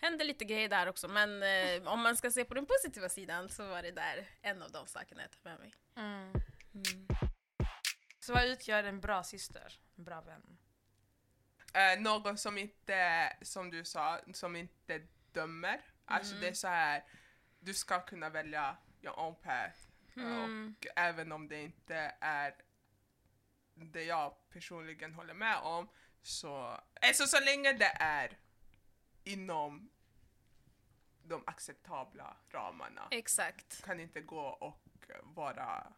hände lite grejer där också, men eh, om man ska se på den positiva sidan så var det där en av de sakerna jag tar med mig.
Mm. Så vad utgör en bra syster? En bra vän?
Eh, någon som inte, som du sa, som inte dömer. Alltså det är så här, du ska kunna välja your own path. Eh,
Mm.
Och även om det inte är det jag personligen håller med om, så, alltså så länge det är inom de acceptabla ramarna.
Exakt.
Kan inte gå och vara,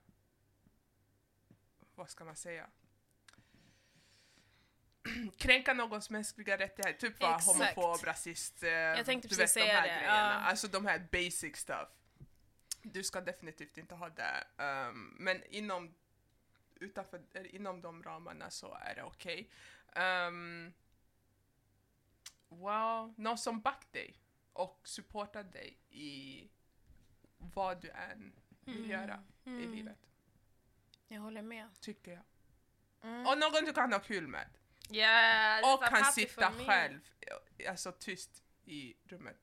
vad ska man säga? kränka någons mänskliga rättigheter, typ vara
Exakt.
homofob, rasist, eh, jag
tänkte
du vet
precis
de
säga
här
det,
grejerna.
ja.
Alltså de här basic stuff. Du ska definitivt inte ha det. ehm, men inom, utanför, eller inom de ramarna så är det okej. Ehm, wow, någon som backar dig och supportar dig i vad du än
Mm,
vill göra i livet,
Jag håller med.
tycker jag.
Mm.
Och någon du kan ha kul med.
Alltså,
Yeah,
Och kan sitta själv, eh, alltså tyst i rummet.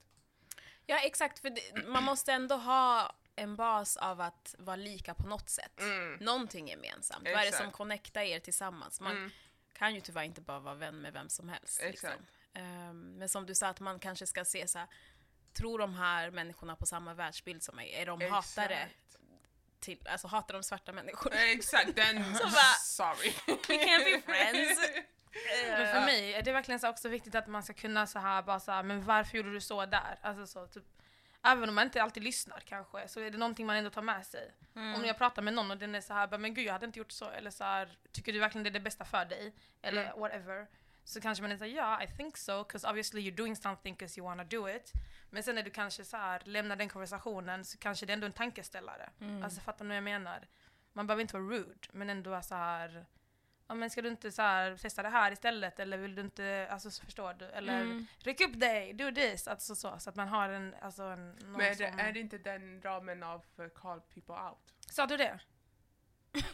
Ja, exakt. För det, man måste ändå ha en bas av att vara lika på något sätt.
Mm.
Någonting gemensamt. Vad är det
Exakt.
som connectar er tillsammans? Man
Mm.
kan ju tyvärr inte bara vara vän med vem som helst.
Exakt.
Liksom. Ehm, men som du sa, att man kanske ska se så här, tror de här människorna på samma världsbild som mig? Är de hatare? Till, alltså hatar de svarta människor?
Exakt, den...
Så bara-
sorry.
We can't be friends.
Men för mig är det verkligen så här också viktigt att man ska kunna så här bara så här, men varför gjorde du så där? Alltså så typ, även om man inte alltid lyssnar kanske, så är det någonting man ändå tar med sig.
Mm.
Om jag pratar med någon och den är så här, bara, men gud jag hade inte gjort så, eller så här, tycker du verkligen det är det bästa för dig? Eller
Mm.
whatever. Så kanske man är såhär, yeah I think so, 'cause obviously you're doing something 'cause you wanna do it. Men sen när du kanske så här, lämnar den konversationen så kanske det är ändå en tankeställare.
Mm.
Alltså fattar ni vad jag menar? Man behöver inte vara rude, men ändå vara så här ja, men ska du inte så här, testa det här istället eller vill du inte, alltså så förstår du, eller
Mm.
ryck upp dig, do this, alltså så, så att man har en, alltså en, någon
Men är det,
som...
är det inte den ramen av eh, call people out?
Sa du det?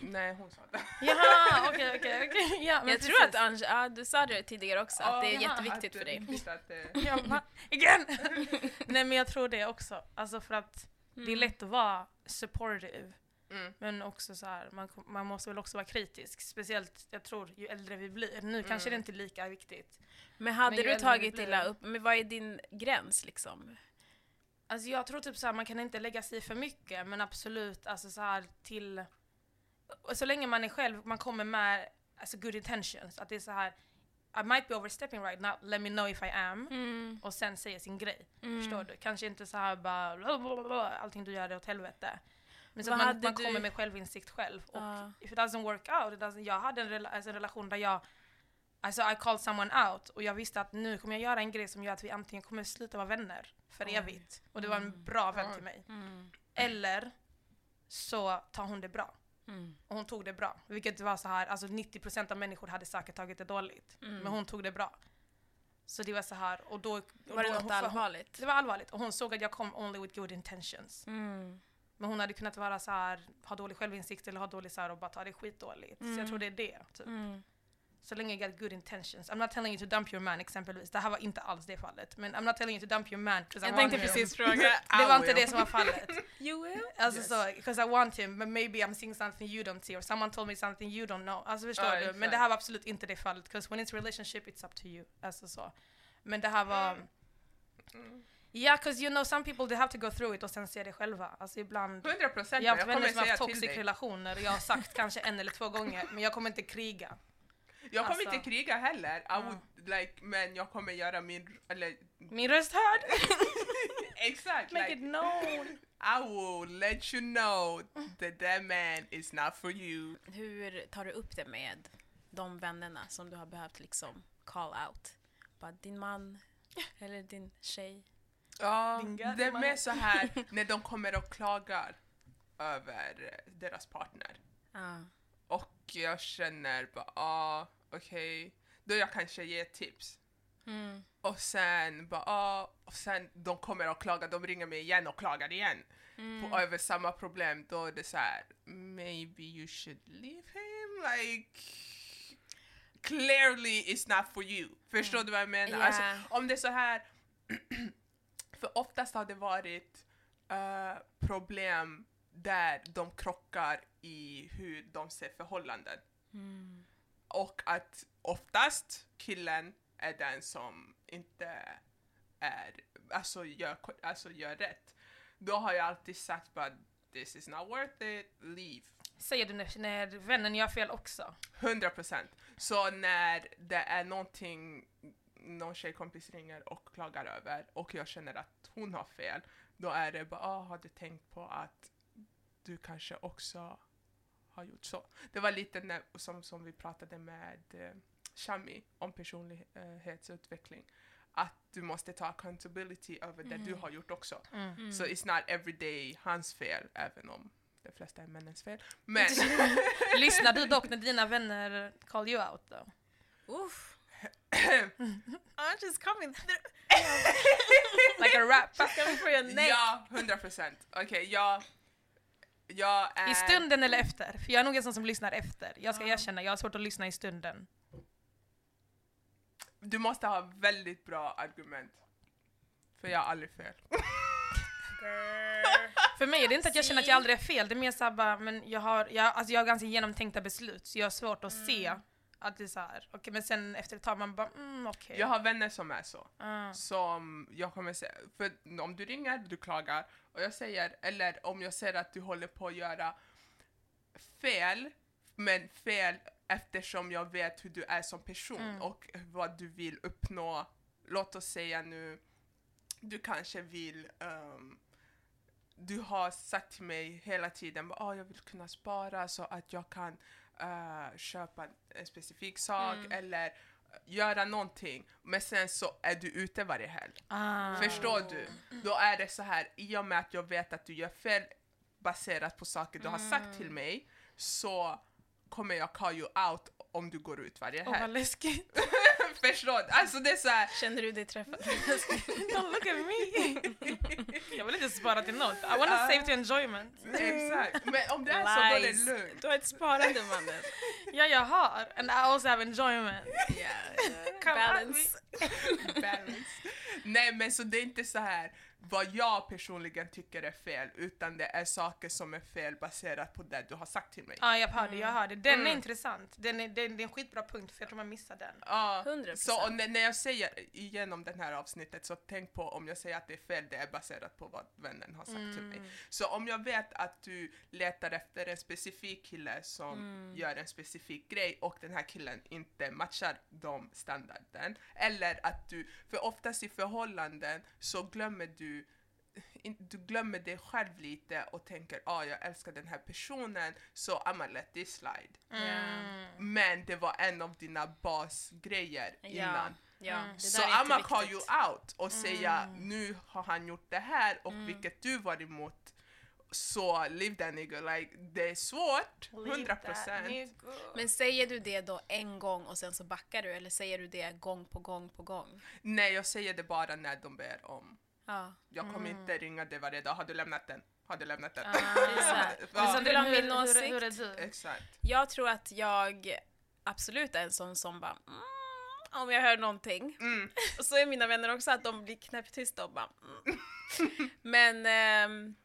Nej, hon sa det.
Jaha, okej okej okej. Ja, men
Jag tror att
precis.
Ange, ja, du sa det tidigare också, att det
Ja,
är jättektigt
att
för
det är
dig.
viktigt att, eh,
Jag bara, igen! Nej men jag tror det också, alltså för att det är
Mm.
lätt att vara supportive.
Mm.
Men också så här, man, kom- man måste väl också vara kritisk. Speciellt, jag tror, ju äldre vi blir.
Mm.
Nu kanske det inte är lika viktigt.
Men hade
Men ju
du
äldre vi
tagit
blir-
illa upp, men vad är din gräns liksom?
Alltså jag tror typ såhär, man kan inte lägga sig i för mycket men absolut alltså såhär till... och Så länge man är själv, man kommer med alltså good intentions. Att det är så här I might be overstepping right now, let me know if I am. Och sen säga sin grej.
Mm.
Förstår du? Kanske inte så här bara blablabla, allting du gör är åt helvete. Men så
Vad
att man,
hade
man
du-
kommer med självinsikt själv. Och
Ja.
if it doesn't work out, it doesn't, jag hade en, rela- alltså en relation där jag Alltså I called someone out och jag visste att nu kommer jag göra en grej som gör att vi antingen kommer sluta vara vänner för evigt och det var
Mm.
en bra vän till mig. Eller så tar hon det bra.
Mm.
Och hon tog det bra. Vilket var så här, alltså 90% av människor hade säkert tagit det dåligt.
Mm.
Men hon tog det bra. Så det var så här och då... Och
Var det
då,
något
hon-
allvarligt?
Det var allvarligt och hon såg att jag kom only with good intentions.
Mm.
Men hon hade kunnat vara så här, ha dålig självinsikt eller ha dålig så här och bara ta det skitdåligt. Så
Mm.
jag tror det är det. Typ. Så länge you got good intentions. I'm not telling you to dump your man exempelvis. Det här var inte alls det fallet. Men I'm not telling you to dump your man 'cause I
Jag
want
tänkte
him.
precis fråga.
Det var
I
inte
will.
det som var fallet.
You will?
Alltså
Yes.
så, because I want him, but maybe I'm seeing something you don't see or someone told me something you don't know. Alltså förstår
Ja,
du? Men
exakt.
det här var absolut inte det fallet, because when it's relationship it's up to you. Alltså så. Men det här var...
Mm.
Yeah, because you know some people they have to go through it och sen se det själva. Alltså ibland...
100 procent,
Jag har
jag
haft vänner
kommer
som har
säga
haft
till
toxic
dig.
relationer och jag har sagt kanske en eller två gånger, men jag kommer inte kriga.
Jag kommer
Alltså.
inte kriga heller, I would, like, men jag kommer göra min... Eller,
Min röst hörd!
exakt!
Make it
Like,
known!
I will let you know that that man is not for you.
Hur tar du upp det med de vännerna som du har behövt liksom call out? Bara din man eller din tjej.
Ja,
Vingar
det är
som man-
mer så här när de kommer och klagar över eh, deras partner.
Ah.
Och jag känner bara, ah, okej, då jag kanske ger tips.
Mm.
Och sen bara, ah, och sen de kommer och klagar, de ringer mig igen och klagar igen.
Mm.
På, över samma problem, då är det så här, maybe you should leave him, like clearly it's not for you. Förstår du vad jag menar? Alltså,
Mm. Yeah.
om det är så här oftast har det varit eh, problem där de krockar i hur de ser förhållanden. Och att oftast killen är den som inte är, alltså gör, ko- alltså gör rätt. Då har jag alltid sagt bara this is not worth it, leave.
Säger du när, när vännen gör fel också?
100 procent. Så när det är någonting någon tjejkompis ringer och klagar över och jag känner att hon har fel, då är det bara ah, har du tänkt på att du kanske också har gjort så? Det var lite när, som, som vi pratade med eh, Shami om personlighetsutveckling. Att du måste ta accountability över det du har gjort också.
Mm.
Så it's not every day hans fel, även om de flesta är männens fel. Men
Lyssnar du dock när dina vänner call you out då?
Oof. I'm just coming.
Like a rap?
She's coming for your neck.
Ja, 100 procent. Okej, eh, jag... Jag är...
I stunden eller efter? För jag är nog en sån som lyssnar efter. Jag ska erkänna, jag har svårt att lyssna i stunden.
Du måste ha väldigt bra argument. För jag har aldrig fel.
För mig är det inte att jag känner att jag
See?
aldrig är fel, det är mer såhär bara, men jag har, jag, alltså jag har ganska genomtänkta beslut så jag har svårt att
Mm.
se att det är såhär, okej men sen efter ett tag man bara mm okej.
Jag har vänner som är så.
Ah.
Som jag kommer säga... För om du ringer, du klagar. Och jag säger, eller om jag ser att du håller på att göra fel, men fel eftersom jag vet hur du är som person och vad du vill uppnå. Låt oss säga nu, du kanske vill ehm, du har sagt till mig hela tiden att jag vill kunna spara så att jag kan eh, köpa en specifik sak eller eh, göra någonting. Men sen så är du ute varje helg.
Ah.
Förstår du? Då är det så här, i och med att jag vet att du gör fel baserat på saker du har sagt till mig så kommer jag call you out om du går ut varje
Åh, vad
helg.
läskigt.
Förstår du? Alltså det är så här,
Känner du dig träffad?
Don't look at me! jag vill inte spara till något, I wanna
Ah.
save to enjoyment.
exakt. Men om det är så då är
Lies.
det lugnt.
Du har ett sparande mannen.
Ja jag har, and I also have enjoyment. Come at
Balance.
Balance. Nej men så det är inte så här vad jag personligen tycker är fel utan det är saker som är fel baserat på det du har sagt till mig.
Ja jag hör det, jag hör det. Den är
Mm.
intressant, den är, den, det är en skitbra punkt för jag tror man missar den.
Ja.
100%.
Så och när när jag säger igenom det här avsnittet så tänk på om jag säger att det är fel, det är baserat på vad vännen har sagt till mig. Så om jag vet att du letar efter en specifik kille som gör en specifik grej och den här killen inte matchar de standarden. Eller att du, för oftast i förhållanden så glömmer du in, du glömmer dig själv lite och tänker ah, jag älskar den här personen så so I'ma let this slide.
Mm.
Men det var en av dina basgrejer innan.
Ja, Mm, det
Så
där är
Amma
jätteviktigt. Mm.
call you out och säga nu har han gjort det här och vilket du var emot. Så leave that nigga, like det är svårt, 100%.
Men,
Men säger du det då en gång och sen så backar du eller säger du det gång på gång på gång?
Nej jag säger det bara när de ber om.
Ja.
Jag kommer
Mm.
inte ringa dig varje dag, har du lämnat den? Har du lämnat den?
Det är så här.
Ja. Eh.
men som
Vill du ha
hur,
min
hur, hur, hur är
åsikt?
du?
Exakt.
Jag tror att jag absolut är en sån som bara mm, om jag hör någonting.
Mm.
Och så är mina vänner också att de blir knäpptysta och bara mm. Men ehm,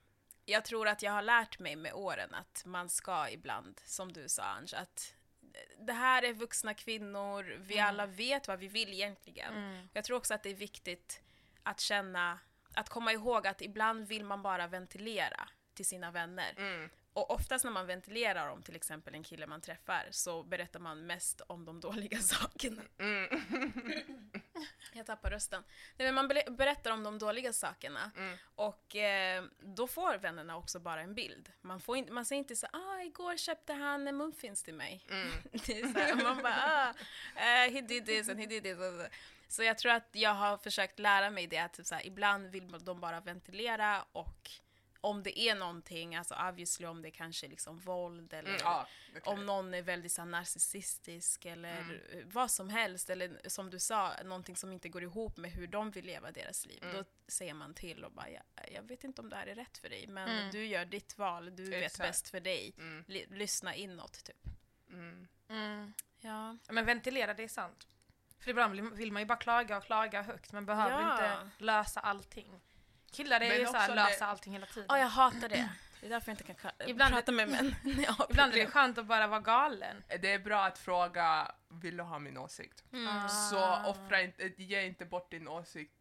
jag tror att jag har lärt mig med åren att man ska ibland, som du sa Ange, att eh, det här är vuxna kvinnor, vi
Mm.
alla vet vad vi vill egentligen. Jag tror också att det är viktigt att känna, att komma ihåg att ibland vill man bara ventilera till sina vänner.
Mm.
Och oftast när man ventilerar om till exempel en kille man träffar så berättar man mest om de dåliga sakerna. Jag tappar rösten. Nej, men man be- berättar om de dåliga sakerna
Mm.
och eh, då får vännerna också bara en bild. Man, får in, man säger inte så ah igår köpte han en muffins till mig.
Mm.
Det är så här, man bara ah, eh, he did this and he did this. Så jag tror att jag har försökt lära mig det att typ, så här, ibland vill de bara ventilera och om det är någonting, alltså obviously om det kanske är liksom våld eller
Mm, ja, det kan
om
jag.
någon är väldigt så här, narcissistisk eller
Mm.
eh, vad som helst eller som du sa, någonting som inte går ihop med hur de vill leva deras liv.
Mm.
Då säger man till och bara, jag, jag vet inte om det här är rätt för dig men
Mm.
du gör ditt val, du vet
Exakt.
bäst för dig. Ly- lyssna inåt typ.
Mm.
Mm.
Ja.
Men ventilera, det är sant. För ibland vill- vill man ju bara klaga och klaga högt, man behöver
Ja.
inte lösa allting. Killar är
Men
ju såhär
också
lösa
det-
allting hela tiden.
Ja, jag hatar det. Det är därför jag inte kan ka-
Ibland-
prata med män. när jag har
Ibland är det
problem.
skönt att bara vara galen.
Det är bra att fråga, vill du ha min åsikt?
Mm.
Ah.
Så offra inte, ge inte bort din åsikt.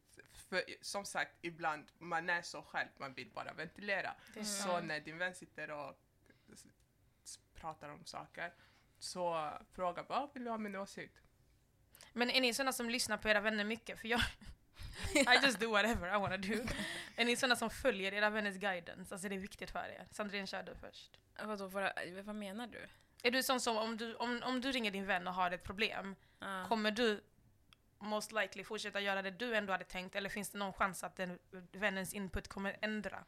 För som sagt, ibland, man är så själv, man vill bara ventilera.
Det är
Så
sant.
när din vän sitter och s- s- pratar om saker, så fråga bara, "Ah, vill du ha min åsikt?
Men är ni såna som lyssnar på era vänner mycket? För jag... I just do whatever I wanna do. Är ni såna som följer era vänners guidance? Alltså det är viktigt för er. Sandrine, kör du först.
Ah, Vadå, våra, vad menar du?
Är du sån som om du, om, om du ringer din vän och har ett problem,
Ah.
kommer du most likely fortsätta göra det du ändå hade tänkt? Eller finns det någon chans att den, vännens input kommer ändra?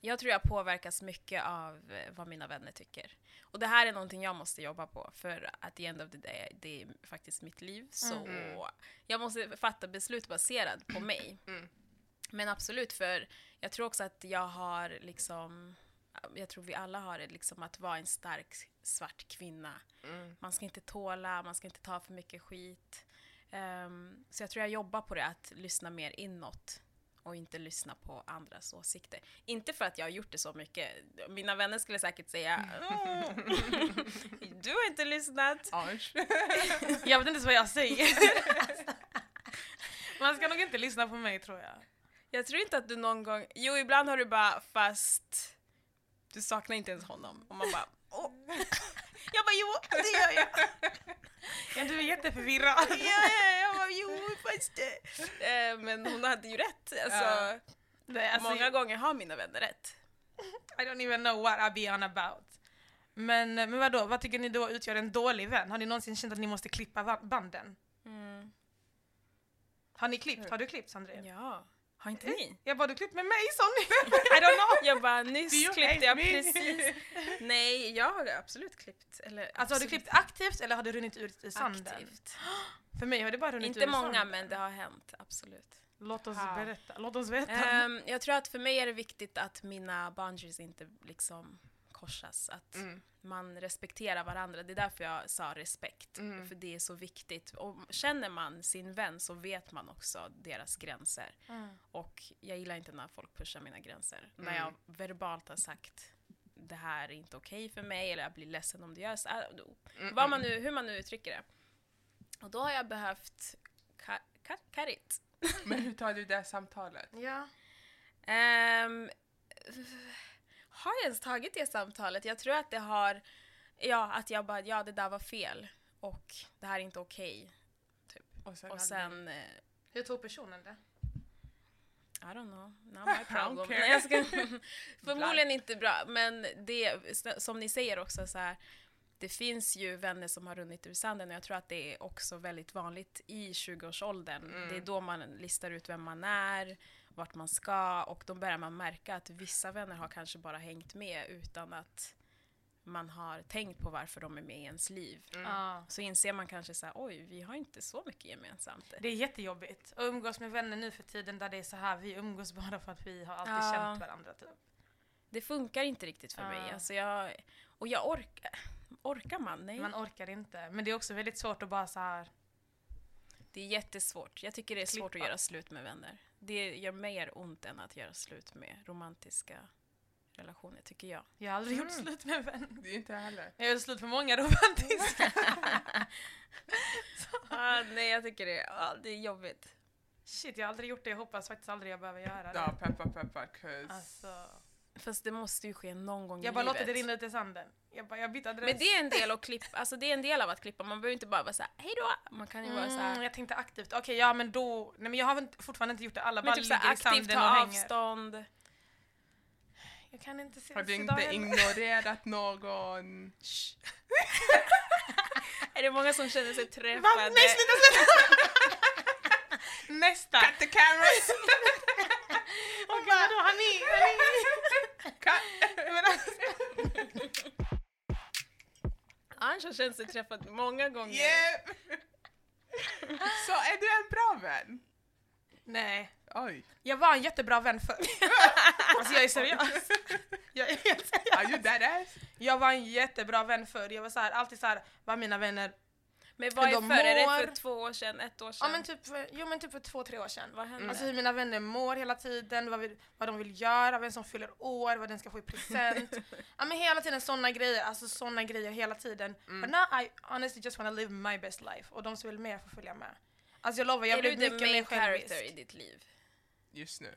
Jag tror jag påverkas mycket av eh, vad mina vänner tycker. Och det här är någonting jag måste jobba på för att the end of the day, det är faktiskt mitt liv. Så
Mm.
jag måste fatta beslut baserat på mig.
Mm.
Men absolut, för jag tror också att jag har liksom, jag tror vi alla har det, liksom att vara en stark svart kvinna.
Mm.
Man ska inte tåla, man ska inte ta för mycket skit. Ehm, så jag tror jag jobbar på det, att lyssna mer inåt och inte lyssna på andras åsikter. Inte för att jag har gjort det så mycket. Mina vänner skulle säkert säga "Mm, Du har inte lyssnat.
Ansch.
Jag vet inte ens vad jag säger. Man ska nog inte lyssna på mig tror jag.
Jag tror inte att du någon gång... Jo, ibland har du bara fast du saknar inte ens honom. Och man bara "Åh." Jag bara jo, det gör jag.
Ja, du är jätteförvirrad.
Ja, ja, jag bara jo, fast det. Eh, Men hon hade ju rätt. Alltså,
Ja.
Nej, alltså,
Många gånger har mina vänner rätt.
I don't even know what I be on about. Men, men vadå, vad tycker ni då utgör en dålig vän? Har ni någonsin känt att ni måste klippa va- banden?
Mm.
Har ni klippt? Har du klippt Sandrine?
Ja. Har inte ni?
Jag bara, du klippt med mig sa ni!
I don't know. Jag bara,
Do
nyss
you
klippte
hate
jag
me?
precis. Nej, jag har absolut klippt. Eller,
Alltså har du
absolut
klippt aktivt eller har det runnit ut i sanden?
aktivt?
För mig har det bara runnit
Inte
ur i
många,
sanden.
men det har hänt. Absolut.
Låt oss
Wow.
berätta, låt oss veta.
Ehm, jag tror att för mig är det viktigt att mina boundaries inte liksom korsas. Att
Mm.
man respekterar varandra. Det är därför jag sa respekt.
Mm.
För det är så viktigt. Och känner man sin vän så vet man också deras gränser.
Mm.
Och jag gillar inte när folk pushar mina gränser. När
Mm.
jag verbalt har sagt det här är inte okej för mig eller jag blir ledsen om det görs. Äh, då-
Mm,
Vad man nu, hur man nu uttrycker det. Och då har jag behövt ka- ka- karit.
Men hur tar du det här samtalet?
Ja.
Ehm, har jag ens tagit det samtalet? Jag tror att det har... Ja, att jag bara, ja det där var fel och det här är inte okej.
Och sen,
Och sen, eh,
Hur tog personen det?
I don't know, not my problem.
care.
Nej, jag ska, förmodligen inte bra, men det, som ni säger också så här, det finns ju vänner som har runnit ur sanden och jag tror att det är också väldigt vanligt i 20-årsåldern. Det är då man listar ut vem man är, vart man ska och då börjar man märka att vissa vänner har kanske bara hängt med utan att man har tänkt på varför de är med i ens liv.
Ah.
Så inser man kanske så här, oj, vi har inte så mycket gemensamt.
Det är jättejobbigt att umgås med vänner nu för tiden där det är så här vi umgås bara för att vi har alltid
Ja.
känt varandra typ.
Det funkar inte riktigt för mig.
Ah.
Alltså jag, och jag orkar... Orkar man? Nej.
Man orkar inte. Men det är också väldigt svårt att bara så här.
Det är jättesvårt. Jag tycker det är svårt att
Klippa.
göra slut med vänner. Det gör mer ont än att göra slut med romantiska relationer, tycker jag.
jag har aldrig gjort
Mm.
slut med en vän.
Det är Inte jag heller.
Jag gjorde slut för många romantiska.
Ah, nej, jag tycker det, ah, det är jobbigt.
Shit, jag har aldrig gjort det. Jag hoppas faktiskt aldrig jag behöver göra det.
Ja, peppar peppar, 'cause-
Alltså,
Fast det måste ju ske någon gång
jag
i
bara
livet.
låter det rinna ut i sanden. Jag, bara, jag bytte adress.
Men det är, en del att klippa, alltså det är en del av att klippa. Man behöver inte bara vara såhär, hejdå! Man kan ju vara
mm,
såhär,
jag tänkte aktivt. Okej, ja men då. Nej men jag har väl inte- fortfarande inte gjort det. Alla bara
men typ såhär
ligger i
aktivt
sanden
ta
och hänger.
avstånd.
Jag kan inte se
Har du
idag
inte
heller.
ignorerat någon?
Shh. är det många som känner sig träffade?
Va? Nej sluta, sluta! Nästa!
Cut the cameras!
Okej vadå, har ni? Har ni? Men alltså,
Ange har känt sig träffad många gånger.
yeah. Så är du en bra vän?
Nej.
Oj.
Jag var en jättebra vän förr. alltså jag är seriös. Jag är helt seriös.
Are you dead ass?
Jag var en jättebra vän förr. Jag var så här, alltid så här, var mina vänner.
Men vad är
de
för? Är det
mår.
för två år sedan, ett år sedan?
Ja men typ för, jo, men typ för två, tre år sedan.
Vad hände?
Alltså hur mina vänner mår hela tiden, vad, vi, vad de vill göra, vem som fyller år, vad den ska få i present. ja men hela tiden såna grejer, alltså såna grejer hela tiden.
Mm.
But now I honestly just wanna live my best life och de som vill med får följa med. Alltså jag lovar, jag
är du
blir
the
mycket mer
main character i
självisk.
ditt liv?
just nu.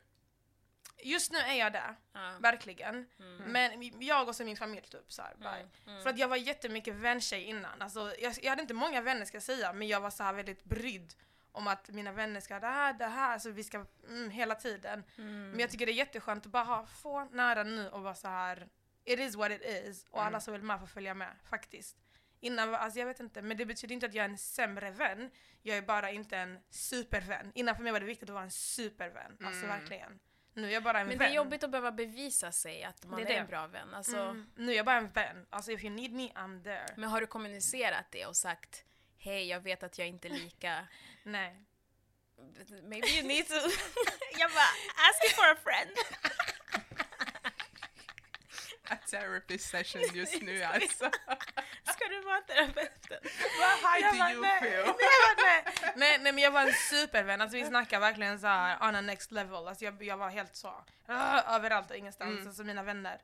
Just nu är jag där,
Ja.
verkligen. Men jag och så min familj typ så här, bara.
Mm, mm.
För att jag var jättemycket väntjej innan. Alltså, jag, jag hade inte många vänner ska jag säga, men jag var så här väldigt brydd om att mina vänner ska ha det här, det här, alltså vi ska mm, hela tiden.
Mm.
Men jag tycker det är jätteskönt att bara ha få nära nu och vara så här it is what it is
Mm.
och alla som vill med får följa med faktiskt. Innan, var- alltså jag vet inte, men det betyder inte att jag är en sämre vän. Jag är bara inte en supervän. Innan för mig var det viktigt att vara en supervän, alltså verkligen. Nu är jag bara en
Mm. Men det
vän.
är jobbigt att behöva bevisa sig att man
Det är
är,
det.
en bra vän. Alltså,
Mm. Nu är jag bara en vän. Alltså if you need me, I'm there.
Men har du kommunicerat det och sagt Hej, jag vet att jag inte är lika...
Nej.
Maybe you need to... jag bara, ask for a friend.
A therapy session just nu alltså.
Ska du vara terapeuten?
Vad high
Jag
do
bara,
you
nej,
feel?
nej, jag bara, nej. nej, nej men jag var en supervän, alltså vi snackar verkligen så här on a next level. Alltså jag, jag var helt så, ah, överallt och ingenstans,
Mm.
alltså mina vänner.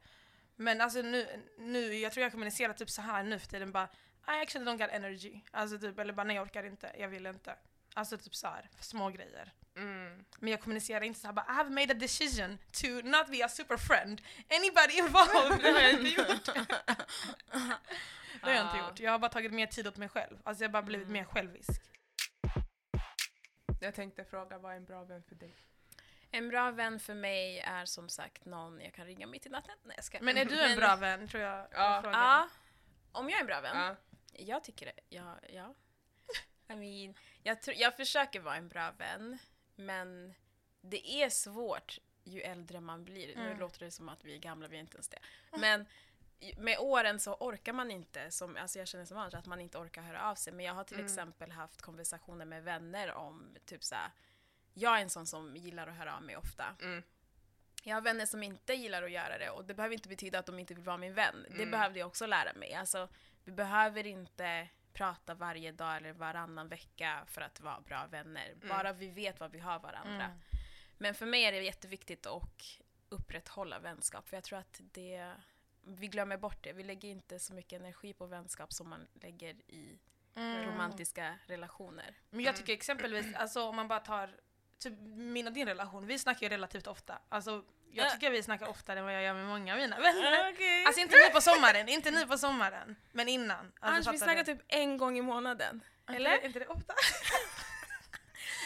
Men alltså nu, nu, jag tror jag kommunicerar typ så här nu för tiden bara I actually don't got energy. Alltså typ, eller bara nej jag orkar inte, jag vill inte. Alltså typ så här, små grejer.
Mm.
Men jag kommunicerar inte så här bara I have made a decision to not be a super friend. Anybody involved. det har jag inte gjort. Det har jag inte
Ah. Mm.
gjort. Jag har bara tagit mer tid åt mig själv. Alltså jag har bara blivit mer självisk.
Jag tänkte fråga, vad är en bra vän för dig?
En bra vän för mig är som sagt någon jag kan ringa mitt i natten. Nej, jag ska.
Men är du en bra vän tror jag
Ja.
var frågan.
Ja. Om jag är en bra vän?
Mm.
Ja.
Jag tycker det. Ja. ja. I mean, jag, tror- jag försöker vara en bra vän, men det är svårt ju äldre man blir.
Mm. Ah.
Nu låter det som att vi är gamla, vi är inte ens det. Men i- med åren så orkar man inte, som, alltså jag känner som annars, att man inte orkar höra av sig. Men jag har
Mm.
till exempel haft konversationer med vänner om typ så här, jag är en sån som gillar att höra av mig ofta.
Mm.
Jag har vänner som inte gillar att göra det och det behöver inte betyda att de inte vill vara min vän. Det
Mm.
behövde jag också lära mig. Alltså, vi behöver inte prata varje dag eller varannan vecka för att vara bra vänner. Bara vi vet vad vi har varandra.
Mm.
Men för mig är det jätteviktigt att upprätthålla vänskap för jag tror att det, vi glömmer bort det. Vi lägger inte så mycket energi på vänskap som man lägger i Mm. romantiska relationer.
Mm. Men jag tycker exempelvis, alltså om man bara tar typ min och din relation, vi snackar ju relativt ofta. Alltså jag
Ja. Ah,
tycker vi snackar oftare än vad jag gör med många av mina vänner.
Okej.
Alltså inte nu på sommaren, inte nu på sommaren. Men innan.
Annars
Alltså,
vi
fattar
snackar
du?
typ en gång i månaden.
Eller? Är inte det ofta?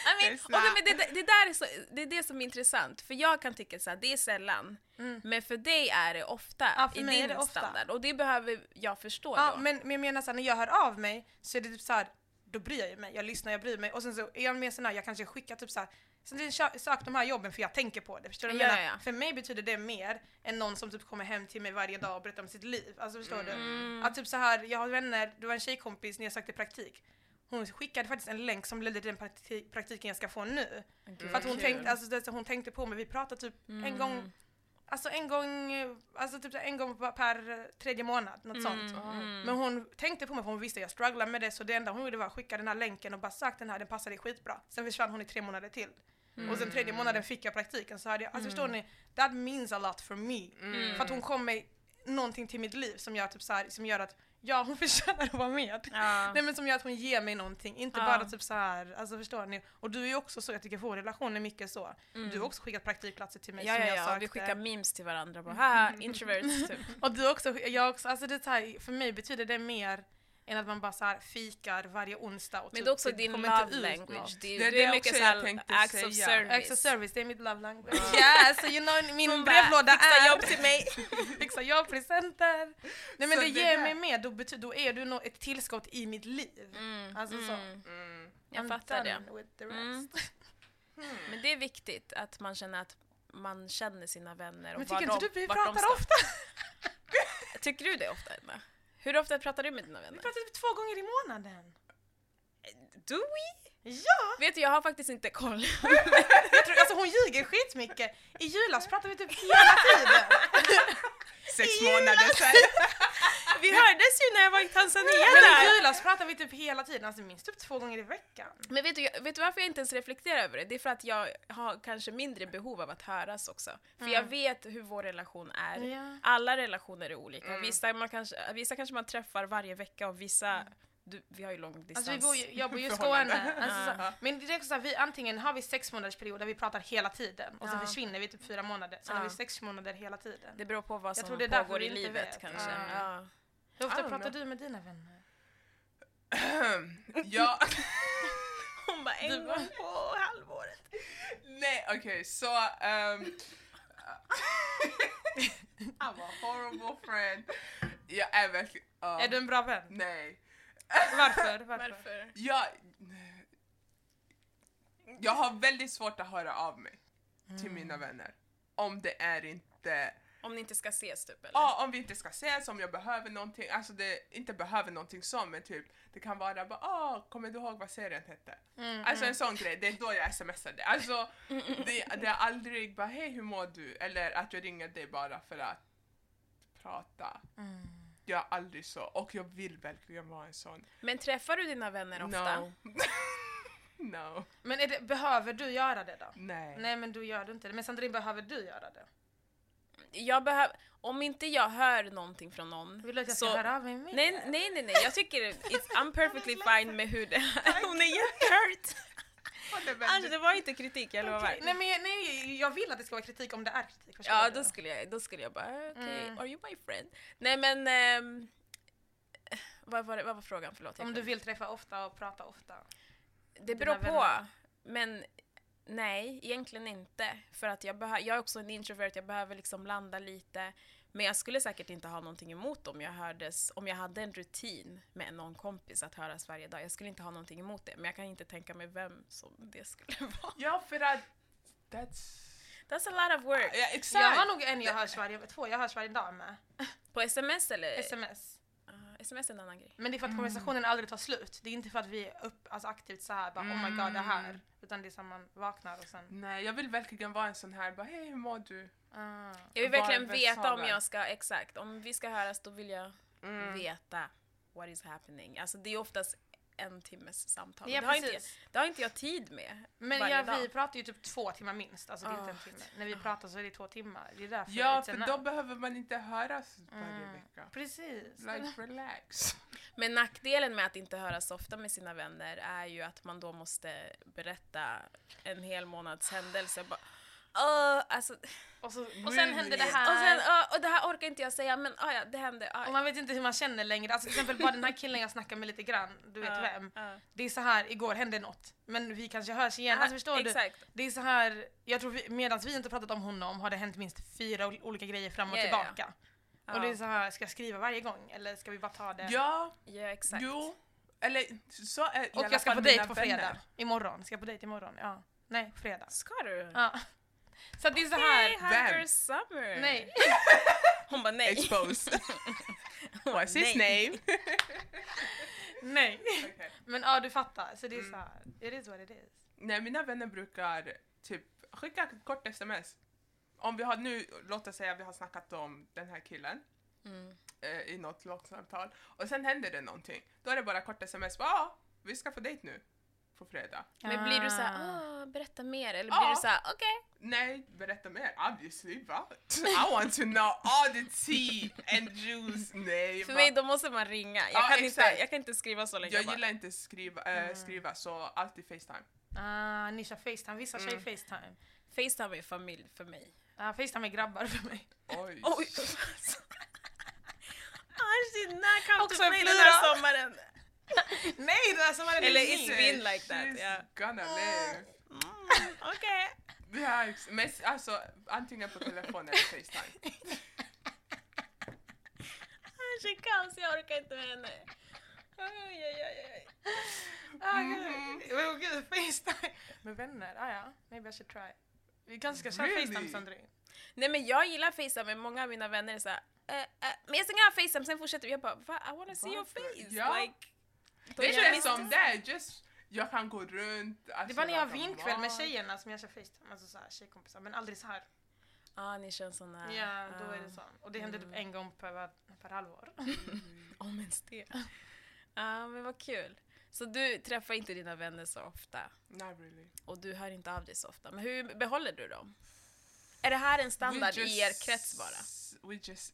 I mean,
Det är
och men det, det, där är så, det är det som är intressant, för jag kan tycka så här, det är sällan.
Mm.
Men för dig är det ofta
Ja, för
i
mig är
din
det ofta.
standard. Och det behöver jag förstå
Ja,
då.
men, men jag menar såhär, när jag hör av mig så är det typ såhär, då bryr jag ju mig, jag lyssnar, jag bryr mig. Och sen så är jag mer sån här, jag kanske skickar typ såhär, sen det kö- sök de här jobben för jag tänker på det. Förstår du? vad jag
Ja,
menar?
ja, ja.
För mig betyder det mer än någon som typ kommer hem till mig varje dag och berättar om sitt liv. Alltså förstår
Mm.
du? Att typ så här, jag har vänner, du var en tjejkompis när jag sökte praktik. Hon skickade faktiskt en länk som ledde till den prakti- praktiken jag ska få nu.
Gud, Mm.
För att hon
kul.
tänkte, alltså, det- hon tänkte på mig, vi pratade typ en gång Alltså en gång, eh, alltså typ så här en gång per- per tredje månad, något
Mm.
sånt. Men hon tänkte på mig för hon visste att jag strugglade med det så det enda hon gjorde var att skicka den här länken och bara sagt den här, den passar dig skitbra. Sen försvann hon i tre månader till.
Mm.
Och sen tredje månaden fick jag praktiken så hade jag, alltså förstår ni? That means a lot for me.
Mm.
För att hon kom med någonting till mitt liv som gör, typ så här, som gör att ja, hon förtjänar att vara med.
Ja.
Nej men som gör att hon ger mig någonting, inte
Ja.
bara typ så här, alltså förstår ni? Och du är ju också så, jag tycker vår relation är mycket så. Du har också skickat praktikplatser till mig
Mm. ja,
som
ja,
jag
ja.
sökte.
Vi skickar memes till varandra. Bara, Haha, introverts, typ.
Och du också, jag också, alltså det här, för mig betyder det mer än att man bara så här fikar varje onsdag och
Men
typ-
det är också
det
din
kommer
love
inte ut
language. Mm,
något.
Det,
Det är
det, det är
det
mycket
också
såhär
jag tänkte
acts of
säga.
service.
Acts of service, det är mitt love language. Yeah, so you know min
Hon
brevlåda
bara, "Fixa
är...
jobb till mig.
fixa jag presenter. Nej men
Så
det,
det
ger
där-
mig mer, då, bety- då är du nå ett tillskott i mitt liv.
Mm,
Alltså så.
mm.
Mm.
Jag
I'm
fattar det.
done With the rest.
Mm. Men det är viktigt att man känner att man känner sina vänner och
Men
var
tycker inte
de,
du vi
vart de
pratar
står.
ofta?
Tycker du det ofta, Emma? Hur ofta pratar du med dina
Vi
vänner?
pratar typ två gånger i månaden.
Do we?
Ja!
Vet du, jag har faktiskt inte koll.
Jag tror, alltså hon ljuger skitmycket. I julas pratar vi typ hela tiden.
Sex månader sedan.
Vi hördes ju när jag var i Tanzania
Men i
där.
julas pratar vi typ hela tiden, alltså minst typ två gånger i veckan.
Men vet du, jag- vet du varför jag inte ens reflekterar över det? Det är för att jag har kanske mindre behov av att höras också. För jag vet hur vår relation är.
Mm. Ja. Mm.
Alla relationer är olika. Vissa, man kanske, vissa kanske man träffar varje vecka och vissa... Du, vi har ju lång distans.
Mm. Alltså vi bor ju, jag bor ju i
Förhållande.
Skåne. Alltså, så,
Ja.
men det är också så här, vi antingen har vi sex månaders period där vi pratar hela tiden och sen
Ja.
försvinner vi typ fyra månader, sen
Ja.
har vi sex månader hela tiden.
Det beror på vad
Jag
som
tror det är därför
pågår
vi
i
inte
livet
vet.
kanske.
Mm.
Ja.
Hur ofta
I don't
pratar
know.
du med dina vänner?
ja,
Hon bara en gång på halvåret.
nej okej så... ehm, I'm a horrible friend. Jag är verkligen... ja,
Är du en bra vän?
Nej.
Varför? Varför?
Varför?
Jag, jag har väldigt svårt att höra av mig till mina
Mm.
vänner. Om det är inte...
Om ni inte ska ses typ eller?
Ja, om vi inte ska ses, om jag behöver någonting. Alltså det, inte behöver någonting som, men typ det kan vara bara ah, kommer du ihåg vad serien hette?
Mm,
Alltså en sån grej, det är då jag smsar det. Alltså det, det är aldrig bara hej hur mår du? Eller att jag ringer dig bara för att prata.
Mm.
Jag är aldrig så, och jag vill verkligen vara en sån.
Men träffar du dina vänner ofta?
No. no.
Men är det, behöver du göra det då?
Nej.
Nej men du gör du inte det. Men Sandrine, behöver du göra det?
Jag behöver... Om inte jag hör någonting från någon
Vill du att jag ska
så-
höra av mig mer?
Nej, nej, nej, nej. jag tycker it's, I'm perfectly fine med hur det är. Hon är jättehurt.
Det är
Alltså
väldigt-
det var inte kritik, jag lovar.
Okej, nej, men, jag- nej, jag vill att det ska vara kritik om det är kritik. förstår
Ja,
du?
då skulle jag, då skulle jag bara, okej,
Mm.
are you my friend? Nej men, ehm, vad, var det, vad var frågan? Förlåt. jag
Om du
kom-
vill träffa ofta och prata ofta.
det
dina
beror på.
vänner.
Men nej, egentligen inte. För att jag, behö- jag är också en introvert, jag behöver liksom landa lite. Men jag skulle säkert inte ha någonting emot om jag hördes, om jag hade en rutin med någon kompis att höras varje dag. Jag skulle inte ha någonting emot det, men jag kan inte tänka mig vem som det skulle vara.
Ja, för att... That's...
That's a lot of work.
Ja, exakt!
Jag har nog en jag hörs varje, två jag hörs varje dag med.
På sms eller?
Sms.
Ah, sms är en annan grej.
Men det är för att konversationen aldrig tar slut. Det är inte för att vi är upp, alltså aktivt så här, bara oh my god det
Mm.
här. Utan det är så att man vaknar och sen...
Nej, jag vill verkligen vara en sån här, bara hej hur mår du?
Ah.
Jag vill
Bara
verkligen veta om
västsahara.
jag ska, exakt, om vi ska höras då vill jag
Mm.
veta what is happening. Alltså det är oftast en timmes samtal.
Ja,
det, har inte, jag-
precis.
det har inte jag tid med
Men
varje
ja,
dag.
vi pratar ju typ två timmar minst, alltså det är inte en
Ah.
timme. När vi pratar så är det två timmar. Det är därför
Ja,
it's
för
enough.
då behöver man inte höras varje vecka.
Precis.
Like, relax.
Men nackdelen med att inte höras ofta med sina vänner är ju att man då måste berätta en hel månads händelse. Bara, "Åh, alltså,
Och, så, och
Really?
sen händer det
Och
här.
och, sen, "Åh, och det här orkar inte jag säga, men ah, ja, det hände. Ah,
Och man vet inte hur man känner längre. Alltså till exempel bara den här killen jag snackar med lite grann, du vet
ja,
vem.
ja."
Det är så här, igår hände något. Men vi kanske hörs
Ah,
igen. Alltså förstår du?
Exakt.
Det är så här, jag tror vi, medan vi inte pratat om honom har det hänt minst fyra ol- olika grejer fram och
Ja, ja, ja.
tillbaka. Och
Ja.
det är så här, ska jag skriva varje gång eller ska vi bara ta det?
Ja,
Ja, exakt.
jo. Eller så är i
och
alla
jag ska
fall
på dejt
mina
på
vänner.
fredag. Imorgon, ska jag på dejt imorgon? Ja. Nej, fredag.
Ska du?
Ja. Så att det är så
Hey,
här,
Vem?
Hacker Summer!
nej.
Hon bara nej.
Exposed. What's his
Nej.
name?
Nej.
Okej.
Men ja, du fattar. Så det är
Mm.
så här, it is what it is.
Nej, mina vänner brukar typ skicka kort sms. Om vi har nu, låt oss säga vi har snackat om den här killen.
Mm.
eh, i något långsamtal och sen händer det någonting. Då är det bara kort sms. Ja, ah, vi ska få dejt nu på fredag.
Men blir du så här,
Ah.
"Åh, berätta mer? Eller
Ja.
blir du så här, okej?
Nej, berätta mer. Obviously, va? I want to know all the tea and juice. Nej,
För
va?
mig då måste man ringa. Jag,
Ja,
kan, inte,
exakt.
jag kan inte skriva så länge.
jag
bara. Mm.
gillar inte skriva, eh, skriva så alltid Facetime.
Ah, ni kör Facetime, vissa kör ju
Mm.
Facetime.
Facetime är familj för mig.
Ah, Facetime är grabbar för mig.
Oj.
Oj! Arsin, när Alltså. kom
Också
du mig
en
den här
plural.
sommaren?
Nej, det där som var
Eller
min.
it's been like that,
She's
ja.
gonna live.
Mm, Okej.
Ja, ex- men s- alltså antingen på telefon eller Facetime.
Arsin kaos, jag orkar inte med henne. Oj, oj, oj, oj.
Ah,
Mhm.
gud. Åh, gud, Facetime. Med vänner, ah, ja. Maybe I should try. Vi kanske ska köra
Really?
Facetime Sandrine.
Nej men jag gillar Facetime, men många av mina vänner är såhär, eh, eh, men jag stänger av Facetime, sen fortsätter vi. Jag bara, va? I wanna see your
Varför?
face.
Ja.
Like,
Det
jag
känns
missar-
som det. Just, jag kan gå runt.
Det
alltså,
var när jag har
laga
vinkväll med
mat.
tjejerna som jag kör Facetime, alltså så här, tjejkompisar, men aldrig så här.
Ja, Ah, ni känns
Ah.
såna... Ah.
Ja, då är det så. Och det händer
Mm.
typ en gång per, per halvår.
Om ens det. Ja, men vad kul. Så du träffar inte dina vänner så ofta
Not really.
och du hör inte av dig så ofta. Men hur behåller du dem? Är det här en standard
We
i er krets bara?
We just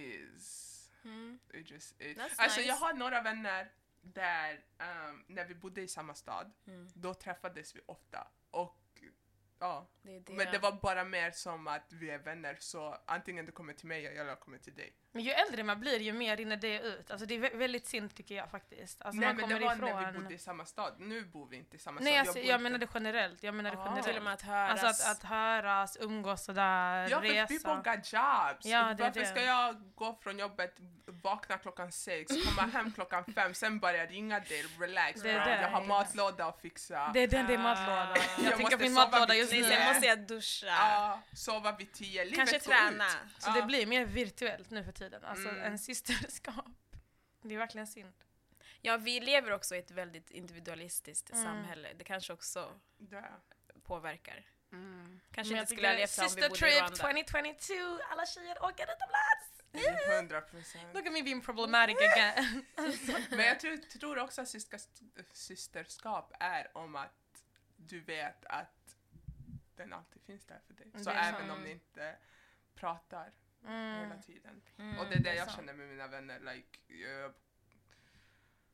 is.
Mm.
We just is.
That's
Alltså
nice.
jag har några vänner där, ehm, när vi bodde i samma stad,
Mm.
då träffades vi ofta. Och ja,
Det är det.
men det var bara mer som att vi är vänner så antingen du kommer till mig eller jag kommer till dig.
Men ju äldre man blir ju mer rinner det ut. Alltså det är vä- väldigt synd tycker jag faktiskt. Alltså
Nej
man
men det
kommer
var
ifrån...
när vi bodde i samma stad, nu bor vi inte i samma
Nej
stad.
alltså,
bor
jag,
inte-
menade generellt. Jag menade
Ah.
generellt.
Till och med att höras.
Alltså att, att höras, umgås sådär,
Ja, för people
resa.
got jobs.
Ja, det är
Varför
det.
ska jag gå från jobbet, vakna klockan sex, komma hem klockan fem, sen börja ringa dig, relax,
Det är
bro.
det.
jag har matlåda att fixa.
Det är den, det är
Ah.
matlådan.
Jag
Jag tänker
måste
på min
sova
matlåda
vid
just
tio.
nu.
Nej, sen måste jag duscha.
Ja, sova vid tio, livet
Kanske
går ut.
träna.
Så
Ja.
det blir mer virtuellt nu för tiden. Alltså
Mm.
en systerskap. Det är verkligen synd.
Ja, vi lever också i ett väldigt individualistiskt
Mm.
samhälle. Det kanske också
Det.
påverkar.
Mm.
Kanske
Men
inte skulle ha levt så om vi
Sister
bodde i
trip
Rwanda.
2022, alla tjejer åker utomlands!
100 procent.
Look at me being problematic again. Mm.
Men jag tror, tror också att syska, systerskap är om att du vet att den alltid finns där för dig. Så
Det är
även
sant.
om ni inte pratar hela
Mm.
tiden.
Mm.
Och det är det
är
jag
sant.
känner med mina vänner. Like, jag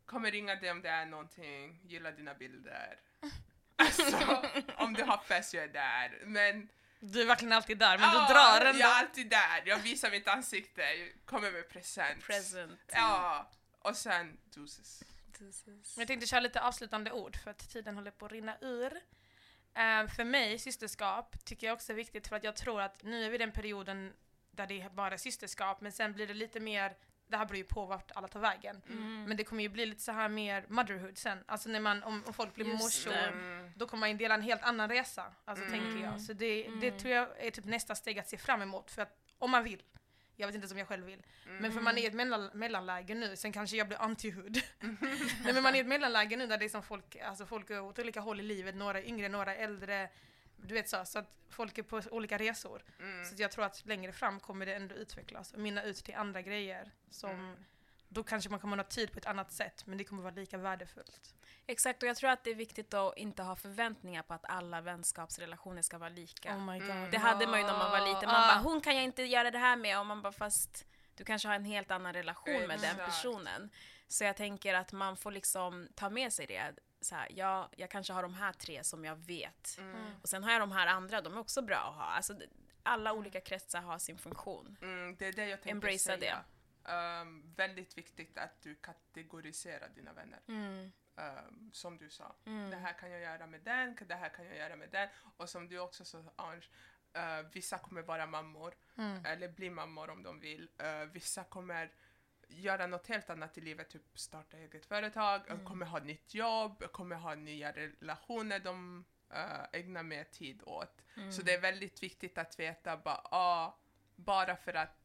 kommer ringa dig om det är någonting, gilla dina bilder. Alltså, om du har fest, jag är där. Men,
Du är verkligen alltid där, men
Ja,
du drar ändå.
Jag är alltid där, jag visar mitt ansikte, jag kommer med present.
Present.
Ja, och sen doses.
Men Jag tänkte köra lite avslutande ord för att tiden håller på att rinna ur. Eh, för mig, systerskap, tycker jag också är viktigt för att jag tror att nu är vi i den perioden där det är bara systerskap men sen blir det lite mer, det här beror ju på vart alla tar vägen.
Mm.
Men det kommer ju bli lite så här mer motherhood sen, alltså när man, om, om folk blir
Just
morsor
det.
Mm.
då kommer man ju dela en helt annan resa, alltså
Mm.
tänker jag. Så det, det
Mm.
tror jag är typ nästa steg att se fram emot för att om man vill, jag vet inte om jag själv vill, men för
Mm.
man är i ett mellan, mellanläge nu, sen kanske jag blir anti-hood. Nej men man är i ett mellanläge nu där det är som folk, alltså folk är åt olika håll i livet, några är yngre, några är äldre. Du vet så, så att folk är på olika resor.
Mm.
Så att jag tror att längre fram kommer det ändå utvecklas och mynna ut till andra grejer. Som,
Mm.
Då kanske man kommer ha tid på ett annat sätt, men det kommer vara lika värdefullt.
Exakt, och jag tror att det är viktigt att inte ha förväntningar på att alla vänskapsrelationer ska vara lika.
Oh my god.
Mm.
Det hade man ju när man var liten. Man
Ah.
bara, hon kan jag inte göra det här med. Och man bara, fast du kanske har en helt annan relation med den
Exakt.
personen. Så jag tänker att man får liksom ta med sig det. Så här, jag, jag kanske har de här tre som jag vet.
Mm.
Och sen har jag de här andra, de är också bra att ha. Alltså, det- alla olika kretsar har sin funktion.
Mm, det är det jag tänkte
Embracea
säga. Ehm, väldigt viktigt att du kategoriserar dina vänner. Ehm, som du sa, det här kan jag göra med den, det här kan jag göra med den. Och som du också sa Ange, eh, vissa kommer vara mammor, eller bli mammor om de vill. Eh, vissa kommer göra något helt annat i livet, typ starta eget företag, eh, kommer ha nytt jobb, kommer ha nya relationer de eh, ägnar mer tid åt. Så det är väldigt viktigt att veta bara, ah, bara för att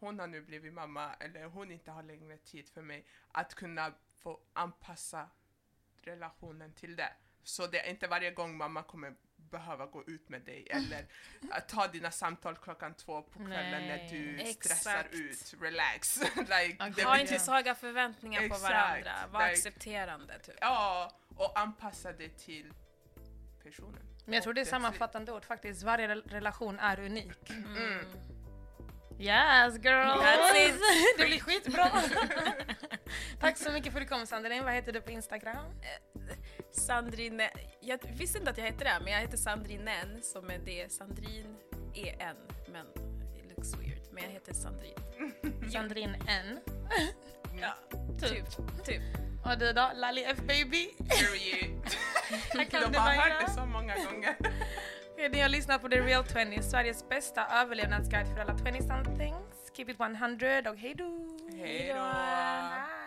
hon har nu blivit mamma eller hon inte har längre tid för mig, att kunna få anpassa relationen till det. Så det är inte varje gång mamma kommer behöva gå ut med dig eller att ta dina samtal klockan två på kvällen när
Nej.
du
Exakt.
stressar ut. Relax. like,
Okej.
det
Ha
blir-
inte så höga förväntningar
Exakt.
på varandra. Var
Like-
accepterande, typ.
Ja, och anpassa det oh, till personen.
Men jag tror det är
Och
sammanfattande ord faktiskt. Varje rel- relation är unik. Yes girl!
That's it.
Det blir skitbra! Tack så mycket för att du kom Sandrine. Vad heter du på Instagram?
Sandrine... Jag visste inte att jag hette det, men jag heter Sandrinen som är det. Sandrin E-N, men it looks weird. Men jag heter Sandrin.
Sandrine N.
Mm.
Ja,
Typ.
typ. typ.
Och du då? Lally F baby?
Period.
Jag kan
De
det
har
bara.
hört det så många gånger.
Ni har lyssnat på The Real 20, Sveriges bästa överlevnadsguide för alla 20-somethings. Keep it 100 och hej då!
Hej då.